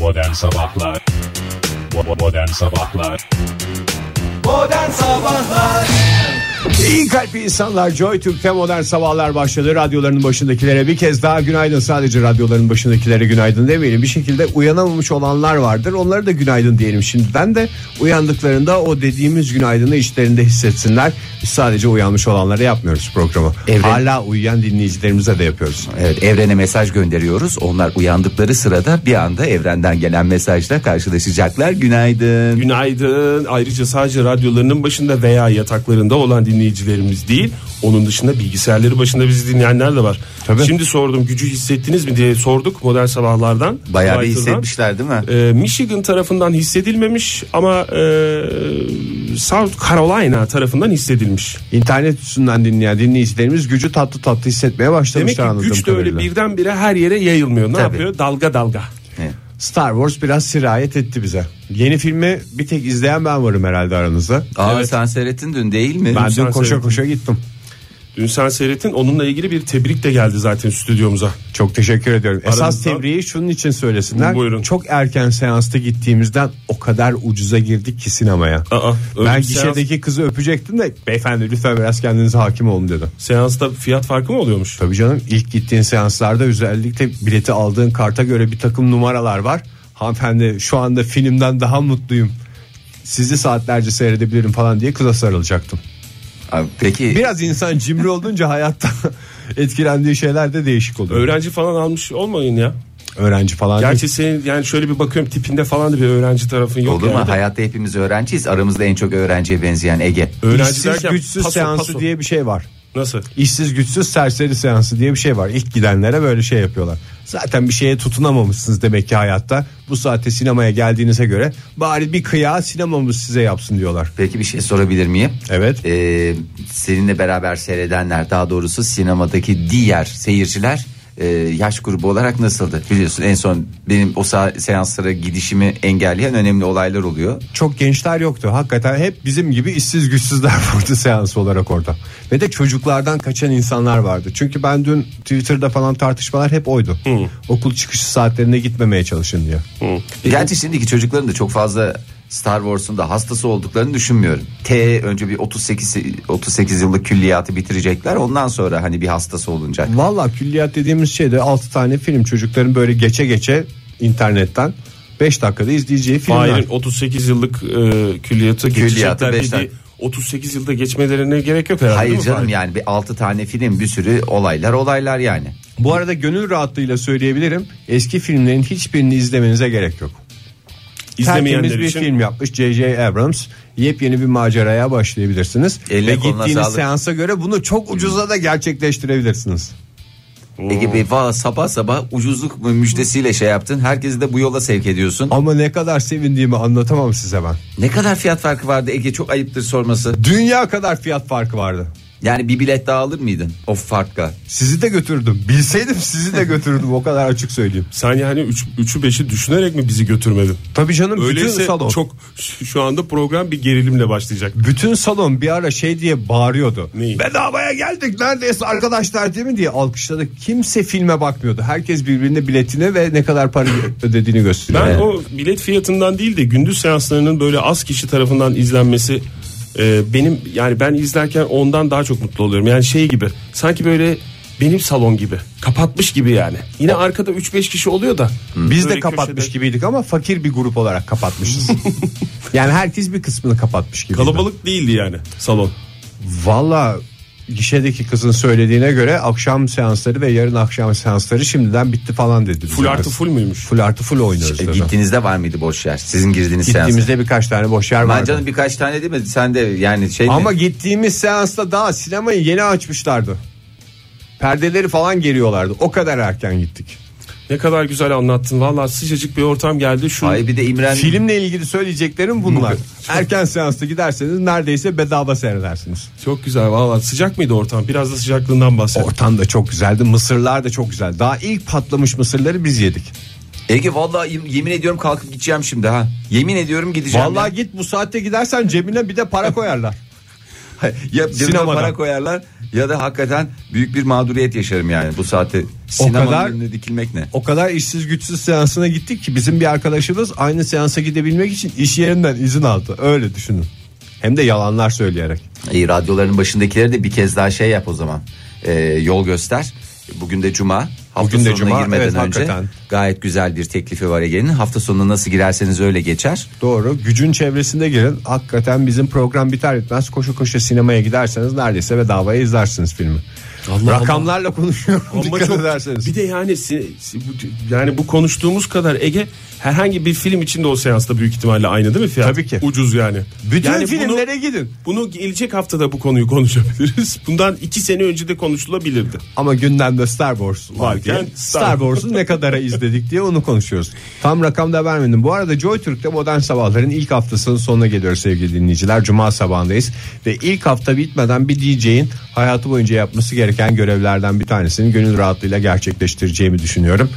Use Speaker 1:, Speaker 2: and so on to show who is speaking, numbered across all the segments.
Speaker 1: Modern Sabahlar Bo- Modern Sabahlar
Speaker 2: Modern Sabahlar
Speaker 3: İyi kalpli insanlar Joy Türk'te modern sabahlar başladı. Radyoların başındakilere bir kez daha günaydın. Sadece radyoların başındakilere günaydın demeyelim. Bir şekilde uyanamamış olanlar vardır. Onlara da günaydın diyelim şimdiden de uyandıklarında o dediğimiz günaydını içlerinde hissetsinler. Biz sadece uyanmış olanlara yapmıyoruz programı.
Speaker 4: Evren-
Speaker 3: Hala uyuyan dinleyicilerimize de yapıyoruz.
Speaker 4: Evet evrene mesaj gönderiyoruz. Onlar uyandıkları sırada bir anda evrenden gelen mesajla karşılaşacaklar. Günaydın.
Speaker 5: Günaydın. Ayrıca sadece radyolarının başında veya yataklarında olan dinleyicilerimiz değil, onun dışında bilgisayarları başında bizi dinleyenler de var.
Speaker 3: Tabii.
Speaker 5: Şimdi sordum gücü hissettiniz mi diye sorduk modern sabahlardan.
Speaker 4: Bayağı bir
Speaker 5: Twitter'dan.
Speaker 4: hissetmişler değil mi?
Speaker 5: Ee, Michigan tarafından hissedilmemiş ama e, South Carolina tarafından hissedilmiş.
Speaker 3: İnternet üstünden dinleyen dinleyicilerimiz gücü tatlı tatlı hissetmeye
Speaker 5: Demek ki
Speaker 3: başlamışlar anladığım
Speaker 5: güç de öyle
Speaker 3: kadarıyla.
Speaker 5: birdenbire her yere yayılmıyor. Ne
Speaker 4: Tabii.
Speaker 5: yapıyor? Dalga dalga.
Speaker 4: Evet.
Speaker 3: Star Wars biraz sirayet etti bize. Yeni filmi bir tek izleyen ben varım herhalde aranızda.
Speaker 4: Aa
Speaker 5: Evet.
Speaker 4: sen seyrettin dün değil mi?
Speaker 3: Ben
Speaker 5: sen
Speaker 3: dün koşa
Speaker 5: seyrettin.
Speaker 3: koşa gittim.
Speaker 5: Dün sen seyrettin onunla ilgili bir tebrik de geldi zaten stüdyomuza.
Speaker 3: Çok teşekkür ediyorum. Esas
Speaker 5: Aramızda-
Speaker 3: tebriği şunun için söylesinler.
Speaker 5: Buyurun.
Speaker 3: Çok erken seansta gittiğimizden o kadar ucuza girdik ki sinemaya.
Speaker 5: Aa, öyle
Speaker 3: ben
Speaker 5: bir seans-
Speaker 3: gişedeki kızı öpecektim de beyefendi lütfen biraz kendinize hakim olun dedim.
Speaker 5: Seansta fiyat farkı mı oluyormuş?
Speaker 3: Tabii canım ilk gittiğin seanslarda özellikle bileti aldığın karta göre bir takım numaralar var. Hanımefendi şu anda filmden daha mutluyum. Sizi saatlerce seyredebilirim falan diye kıza sarılacaktım.
Speaker 4: Aa, Peki
Speaker 3: Biraz insan cimri olunca hayatta etkilendiği şeyler de değişik oluyor.
Speaker 5: Öğrenci falan almış olmayın ya.
Speaker 3: Öğrenci falan. değil.
Speaker 5: Gerçi senin yani şöyle bir bakıyorum tipinde falan da bir öğrenci tarafın yok.
Speaker 4: olur mu?
Speaker 5: yani de.
Speaker 4: Hayatta hepimiz öğrenciyiz. Aramızda en çok öğrenciye benzeyen Ege.
Speaker 5: Öğrenci
Speaker 3: İşsiz
Speaker 5: derken
Speaker 3: güçsüz
Speaker 5: paso,
Speaker 3: seansı
Speaker 5: paso.
Speaker 3: diye bir şey var.
Speaker 5: Nasıl?
Speaker 3: İşsiz güçsüz serseri seansı diye bir şey var. İlk gidenlere böyle şey yapıyorlar. Zaten bir şeye tutunamamışsınız demek ki hayatta. Bu saatte sinemaya geldiğinize göre bari bir kıya sinemamız size yapsın diyorlar.
Speaker 4: Peki bir şey sorabilir miyim?
Speaker 3: Evet.
Speaker 4: Ee, seninle beraber seyredenler daha doğrusu sinemadaki diğer seyirciler e, yaş grubu olarak nasıldı? Biliyorsun en son benim o sa- seanslara gidişimi engelleyen önemli olaylar oluyor.
Speaker 3: Çok gençler yoktu. Hakikaten hep bizim gibi işsiz güçsüzler vardı seans olarak orada. Ve de çocuklardan kaçan insanlar vardı. Çünkü ben dün Twitter'da falan tartışmalar hep oydu. Okul çıkışı saatlerinde gitmemeye çalışın diye.
Speaker 4: Gerçi şimdiki çocukların da çok fazla Star Wars'un da hastası olduklarını düşünmüyorum. T önce bir 38 38 yıllık külliyatı bitirecekler. Ondan sonra hani bir hastası olunacak.
Speaker 3: Valla külliyat dediğimiz şeyde 6 tane film çocukların böyle geçe geçe internetten 5 dakikada izleyeceği filmler.
Speaker 5: Fahir'in 38 yıllık e, külliyatı
Speaker 4: Külliyatı
Speaker 5: geçecekler
Speaker 4: beş
Speaker 5: dediği
Speaker 4: dakika.
Speaker 5: 38 yılda geçmelerine gerek yok herhalde. değil
Speaker 4: Hayır
Speaker 5: mi
Speaker 4: canım
Speaker 5: Fahir?
Speaker 4: yani bir 6 tane film bir sürü olaylar olaylar yani.
Speaker 3: Bu arada gönül rahatlığıyla söyleyebilirim. Eski filmlerin hiçbirini izlemenize gerek yok. Tertemiz
Speaker 5: İzlemeyenler
Speaker 3: bir
Speaker 5: için
Speaker 3: film yapmış J.J. Abrams. Yepyeni bir maceraya başlayabilirsiniz.
Speaker 4: Eline
Speaker 3: Ve
Speaker 4: koluna
Speaker 3: gittiğiniz
Speaker 4: sağlık.
Speaker 3: seansa göre bunu çok ucuza da gerçekleştirebilirsiniz.
Speaker 4: Ege Bey valla sabah sabah ucuzluk müjdesiyle şey yaptın. Herkesi de bu yola sevk ediyorsun.
Speaker 3: Ama ne kadar sevindiğimi anlatamam size ben.
Speaker 4: Ne kadar fiyat farkı vardı Ege çok ayıptır sorması.
Speaker 3: Dünya kadar fiyat farkı vardı.
Speaker 4: Yani bir bilet daha alır mıydın o farkla?
Speaker 3: Sizi de götürdüm. Bilseydim sizi de götürdüm. o kadar açık söyleyeyim.
Speaker 5: sen yani 3'ü 5'i düşünerek mi bizi götürmedin?
Speaker 3: Tabii canım bütün
Speaker 5: Öyleyse
Speaker 3: salon.
Speaker 5: çok şu şu anda program bir gerilimle başlayacak.
Speaker 3: Bütün salon bir ara şey diye bağırıyordu.
Speaker 5: Neyi?
Speaker 3: Bedavaya geldik neredeyse arkadaşlar değil mi diye alkışladık. Kimse filme bakmıyordu. Herkes birbirine biletini ve ne kadar para ödediğini gösteriyor.
Speaker 5: Ben o bilet fiyatından değil de gündüz seanslarının böyle az kişi tarafından izlenmesi e, benim yani ben izlerken ondan daha çok mutlu oluyorum. Yani şey gibi sanki böyle benim salon gibi kapatmış gibi yani. Yine arkada 3-5 kişi oluyor da.
Speaker 3: Hmm. Biz de
Speaker 5: Böyle
Speaker 3: kapatmış
Speaker 5: köşede-
Speaker 3: gibiydik ama fakir bir grup olarak kapatmışız. yani herkes bir kısmını kapatmış gibi.
Speaker 5: Kalabalık değildi yani salon.
Speaker 3: Valla gişedeki kızın söylediğine göre akşam seansları ve yarın akşam seansları şimdiden bitti falan dedi. bize
Speaker 5: Full artı
Speaker 3: kız.
Speaker 5: full müymüş?
Speaker 3: Full artı full oynuyoruz
Speaker 4: E,
Speaker 3: dedi.
Speaker 4: gittiğinizde var mıydı boş yer? Sizin girdiğiniz seans.
Speaker 3: Gittiğimizde birkaç tane boş yer
Speaker 4: Ben
Speaker 3: vardı.
Speaker 4: canım birkaç tane değil mi? Sen de yani şey mi?
Speaker 3: Ama gittiğimiz seansta daha sinemayı yeni açmışlardı. Perdeleri falan geriyorlardı. O kadar erken gittik.
Speaker 5: Ne kadar güzel anlattın. Vallahi sıcacık bir ortam geldi. Şu
Speaker 4: Ay bir de İmren
Speaker 3: Filmle ilgili söyleyeceklerim bunlar. erken seansta giderseniz neredeyse bedava seyredersiniz.
Speaker 5: çok güzel vallahi sıcak mıydı ortam? Biraz da sıcaklığından bahset.
Speaker 3: Ortam da çok güzeldi. Mısırlar da çok güzel. Daha ilk patlamış mısırları biz yedik.
Speaker 4: Ege vallahi yem- yemin ediyorum kalkıp gideceğim şimdi ha. Yemin ediyorum gideceğim.
Speaker 3: Vallahi
Speaker 4: ya.
Speaker 3: git bu saatte gidersen cebine bir de para koyarlar.
Speaker 4: ya cebime
Speaker 3: Sinemadan.
Speaker 4: para koyarlar ya da hakikaten büyük bir mağduriyet yaşarım yani bu saate. Sinemanın
Speaker 3: kadar-
Speaker 4: önüne dikilmek ne?
Speaker 3: O kadar işsiz güçsüz seansına gittik ki bizim bir arkadaşımız aynı seansa gidebilmek için iş yerinden izin aldı. Öyle düşünün. Hem de yalanlar söyleyerek.
Speaker 4: İyi radyoların başındakileri de bir kez daha şey yap o zaman. Ee, yol göster. Bugün de cuma. Hafta
Speaker 3: Bugün de
Speaker 4: sonuna
Speaker 3: cuma,
Speaker 4: girmeden
Speaker 3: evet,
Speaker 4: önce
Speaker 3: hakikaten.
Speaker 4: gayet güzel bir teklifi var Ege'nin. Hafta sonu nasıl girerseniz öyle geçer.
Speaker 3: Doğru. Gücün çevresinde girin. Hakikaten bizim program biter bitmez koşu koşu sinemaya giderseniz neredeyse bedavaya izlersiniz filmi.
Speaker 5: Allah.
Speaker 3: Rakamlarla konuşuyorum
Speaker 5: Ama
Speaker 3: dikkat
Speaker 5: çok-
Speaker 3: ederseniz.
Speaker 5: Bir de yani si- si- bu- yani bu konuştuğumuz kadar Ege herhangi bir film için de o seansta büyük ihtimalle aynı değil mi fiyat?
Speaker 3: Tabii ki.
Speaker 5: Ucuz yani.
Speaker 3: Bütün
Speaker 5: yani
Speaker 3: filmlere gidin.
Speaker 5: Bunu, bunu gelecek haftada bu konuyu konuşabiliriz. Bundan iki sene önce de konuşulabilirdi.
Speaker 3: Ama gündemde Star Wars var
Speaker 5: Varken
Speaker 3: diye.
Speaker 5: Star-
Speaker 3: Star Wars'u ne kadara izledik diye onu konuşuyoruz. Tam rakam da vermedim. Bu arada Joy Türk'te Modern Sabahların ilk haftasının sonuna geliyor sevgili dinleyiciler. Cuma sabahındayız. Ve ilk hafta bitmeden bir DJ'in hayatı boyunca yapması gereken görevlerden bir tanesini gönül rahatlığıyla gerçekleştireceğimi düşünüyorum.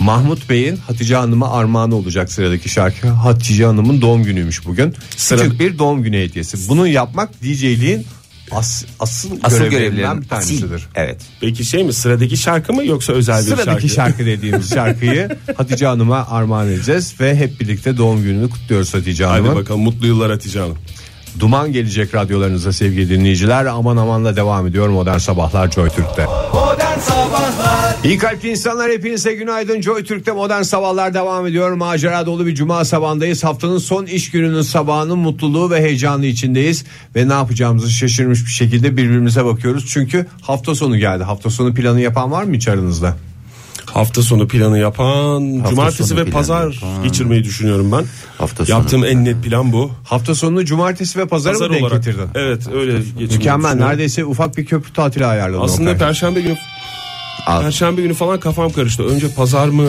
Speaker 3: Mahmut Bey'in Hatice Hanım'a armağanı olacak sıradaki şarkı. Hatice Hanım'ın doğum günüymüş bugün.
Speaker 5: Sıra-
Speaker 3: Küçük bir doğum günü hediyesi. Bunu yapmak DJ'liğin as, asıl,
Speaker 4: Asıl
Speaker 3: görevlerinden
Speaker 4: görevlerin
Speaker 3: bir tanesidir.
Speaker 4: asil. Evet.
Speaker 5: Peki şey mi sıradaki şarkı mı yoksa özel bir
Speaker 3: Sıradaki şarkı. dediğimiz şarkıyı Hatice Hanım'a armağan edeceğiz ve hep birlikte doğum gününü kutluyoruz Hatice
Speaker 5: Hadi
Speaker 3: Hanım'ın.
Speaker 5: bakalım mutlu yıllar Hatice Hanım.
Speaker 3: Duman gelecek radyolarınıza sevgili dinleyiciler. Aman amanla devam ediyor Modern Sabahlar Joy Türk'te.
Speaker 2: Modern Sabahlar
Speaker 3: İyi kalpli insanlar hepinize günaydın. Joy Türk'te modern sabahlar devam ediyor. Macera dolu bir cuma sabahındayız. Haftanın son iş gününün sabahının mutluluğu ve heyecanı içindeyiz. Ve ne yapacağımızı şaşırmış bir şekilde birbirimize bakıyoruz. Çünkü hafta sonu geldi. Hafta sonu planı yapan var mı hiç aranızda?
Speaker 5: Hafta sonu planı yapan cumartesi
Speaker 4: sonu
Speaker 5: ve
Speaker 4: planı
Speaker 5: pazar
Speaker 4: yapan.
Speaker 5: geçirmeyi düşünüyorum ben.
Speaker 4: Hafta sonu.
Speaker 5: Yaptığım en net plan bu.
Speaker 3: Hafta sonunu cumartesi ve pazara
Speaker 5: Pazar
Speaker 3: mı denk
Speaker 5: olarak.
Speaker 3: getirdin?
Speaker 5: Evet öyle geçirmeyi
Speaker 3: Mükemmel.
Speaker 5: düşünüyorum.
Speaker 3: Neredeyse ufak bir köprü tatili ayarladın.
Speaker 5: Aslında
Speaker 3: Oktay.
Speaker 5: perşembe günü
Speaker 4: Al.
Speaker 5: Perşembe günü falan kafam karıştı. Önce pazar mı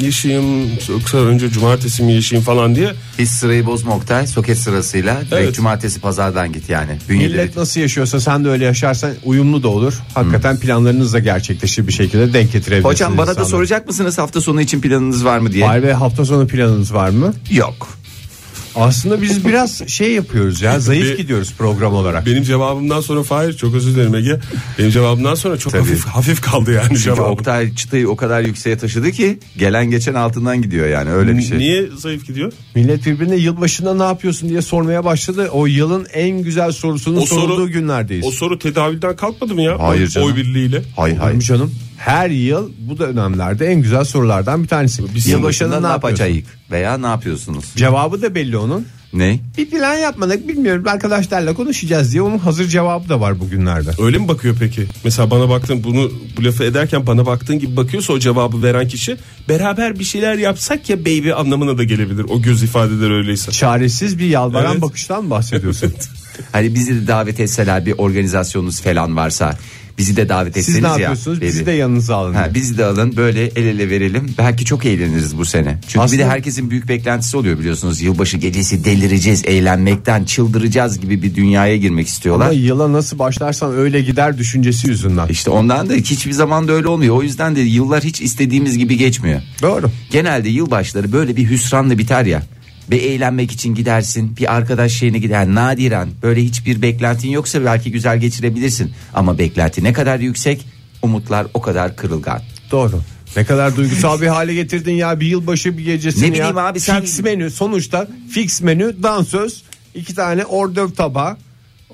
Speaker 5: yaşayayım yoksa önce cumartesi mi yaşayayım falan diye.
Speaker 4: Biz sırayı bozma Oktay. Soket sırasıyla direkt
Speaker 5: Evet.
Speaker 4: cumartesi pazardan git yani. Bünyeleri
Speaker 3: Millet nasıl yaşıyorsa sen de öyle yaşarsan uyumlu da olur. Hakikaten planlarınız da gerçekleşir bir şekilde denk getirebilirsiniz.
Speaker 4: Hocam bana da
Speaker 3: insanları.
Speaker 4: soracak mısınız hafta sonu için planınız var mı diye?
Speaker 3: Fahir Bey hafta sonu planınız var mı?
Speaker 4: Yok.
Speaker 3: Aslında biz biraz şey yapıyoruz ya zayıf
Speaker 5: Bir-
Speaker 3: gidiyoruz program olarak.
Speaker 5: Benim cevabımdan sonra Fahir çok özür dilerim Ege. Benim cevabımdan sonra çok
Speaker 4: Tabii.
Speaker 5: hafif hafif kaldı yani
Speaker 4: Çünkü
Speaker 5: cevabım.
Speaker 4: Oktay çıtayı o kadar yükseğe taşıdı ki gelen geçen altından gidiyor yani öyle bir şey.
Speaker 5: Niye zayıf gidiyor?
Speaker 3: Millet birbirine yılbaşında ne yapıyorsun diye sormaya başladı. O yılın en güzel sorusunun
Speaker 5: O soru-
Speaker 3: sorulduğu günlerdeyiz.
Speaker 5: O soru tedavülden kalkmadı mı ya?
Speaker 4: Hayır
Speaker 5: Oy-
Speaker 4: canım.
Speaker 5: Oy birliğiyle.
Speaker 4: Hay
Speaker 3: Olur mu
Speaker 4: hay.
Speaker 3: canım. Her yıl bu dönemlerde en güzel sorulardan bir tanesi.
Speaker 4: Biz Yılbaşında ne yapacağız veya ne yapıyorsunuz?
Speaker 3: Cevabı da belli onun.
Speaker 4: Ne?
Speaker 3: Bir plan yapmadık bilmiyorum arkadaşlarla konuşacağız diye onun hazır cevabı da var bugünlerde.
Speaker 5: Öyle mi bakıyor peki? Mesela bana baktın bunu bu lafı ederken bana baktığın gibi bakıyorsa o cevabı veren kişi beraber bir şeyler yapsak ya baby anlamına da gelebilir. O göz ifadeleri öyleyse.
Speaker 3: Çaresiz bir yalvaran
Speaker 5: Evet.
Speaker 3: bakıştan mı bahsediyorsun?
Speaker 4: Hani bizi de davet etseler bir organizasyonunuz falan varsa bizi de davet etseniz
Speaker 3: Siz ne
Speaker 4: ya.
Speaker 3: yapıyorsunuz? Bizi de
Speaker 4: dedi.
Speaker 3: yanınıza alın.
Speaker 4: Ha, bizi de alın böyle el ele verelim. Belki çok eğleniriz bu sene. Çünkü bir
Speaker 3: Aslında-
Speaker 4: de herkesin büyük beklentisi oluyor biliyorsunuz. Yılbaşı gecesi delireceğiz, eğlenmekten çıldıracağız gibi bir dünyaya girmek istiyorlar.
Speaker 3: Ama yıla nasıl başlarsan öyle gider düşüncesi yüzünden.
Speaker 4: İşte ondan da hiçbir zaman da öyle olmuyor. O yüzden de yıllar hiç istediğimiz gibi geçmiyor.
Speaker 3: Doğru.
Speaker 4: Genelde yılbaşları böyle bir hüsranla biter ya. Bir eğlenmek için gidersin, bir arkadaş şeyine gider. Nadiren böyle hiçbir beklentin yoksa belki güzel geçirebilirsin. Ama beklenti ne kadar yüksek, umutlar o kadar kırılgan.
Speaker 3: Doğru. Ne kadar duygusal bir hale getirdin ya bir yılbaşı bir gecesini
Speaker 4: Ne
Speaker 3: ya.
Speaker 4: bileyim abi sen-
Speaker 3: Fix menü sonuçta fix menü dansöz iki tane ordöv tabağı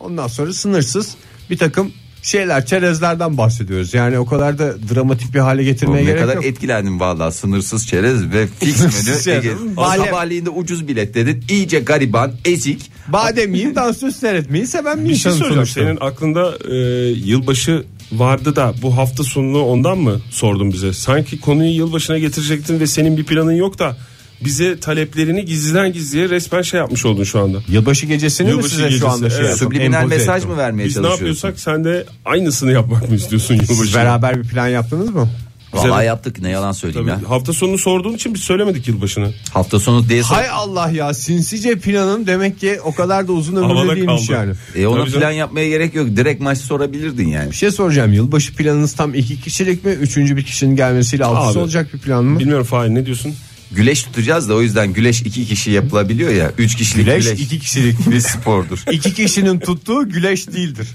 Speaker 3: ondan sonra sınırsız bir takım şeyler çerezlerden bahsediyoruz. Yani o kadar da dramatik bir hale
Speaker 4: Oğlum
Speaker 3: getirmeye
Speaker 4: Ne
Speaker 3: gerek
Speaker 4: kadar
Speaker 3: yok.
Speaker 4: etkilendim vallahi sınırsız çerez ve fix
Speaker 3: Sınırsız
Speaker 4: menü.
Speaker 3: çerez.
Speaker 4: Ege.
Speaker 3: Badem.
Speaker 4: Sabahleyin de ucuz bilet dedin. İyice gariban, ezik.
Speaker 3: Badem yiyeyim dansöz seyretmeyi seven bir
Speaker 5: Bir şey
Speaker 3: insanım
Speaker 5: soracağım.
Speaker 3: sonuçta.
Speaker 5: Senin aklında e, yılbaşı vardı da bu hafta sonunu ondan mı sordun bize? Sanki konuyu yılbaşına getirecektin ve senin bir planın yok da bize taleplerini gizliden gizliye resmen şey yapmış oldun şu anda.
Speaker 3: Yılbaşı gecesini mi
Speaker 5: Yılbaşı
Speaker 3: size
Speaker 5: gecesi,
Speaker 3: şu anda şey
Speaker 5: evet.
Speaker 3: yaptım,
Speaker 4: Subliminal
Speaker 3: empoze
Speaker 4: mesaj
Speaker 3: ettim?
Speaker 4: mı vermeye
Speaker 5: Biz ne
Speaker 4: çalışıyorsun?
Speaker 5: yapıyorsak sen de aynısını yapmak mı istiyorsun
Speaker 3: Siz
Speaker 5: yılbaşına?
Speaker 3: beraber bir plan yaptınız mı?
Speaker 4: Vallahi yaptık ne yalan söyleyeyim
Speaker 5: Tabii,
Speaker 4: ya.
Speaker 5: hafta sonunu sorduğun için biz söylemedik yılbaşını.
Speaker 4: Hafta sonu diye sor-
Speaker 3: Hay Allah ya sinsice planım demek ki o kadar da uzun
Speaker 5: Havada
Speaker 3: ömürlü değilmiş
Speaker 5: kaldı.
Speaker 3: yani.
Speaker 4: E ona
Speaker 5: Tabii canım.
Speaker 4: plan yapmaya gerek yok. Direkt maç sorabilirdin yani.
Speaker 3: Bir şey soracağım yılbaşı planınız tam iki kişilik mi? Üçüncü bir kişinin gelmesiyle altısı
Speaker 5: Abi,
Speaker 3: olacak bir plan mı?
Speaker 5: Bilmiyorum Fahir ne diyorsun?
Speaker 4: Güleş tutacağız da o yüzden güleş iki kişi yapılabiliyor ya. Üç kişilik
Speaker 3: Güleş
Speaker 4: güleş,
Speaker 3: iki kişilik.
Speaker 4: bir spordur.
Speaker 3: İki kişinin tuttuğu güleş değildir.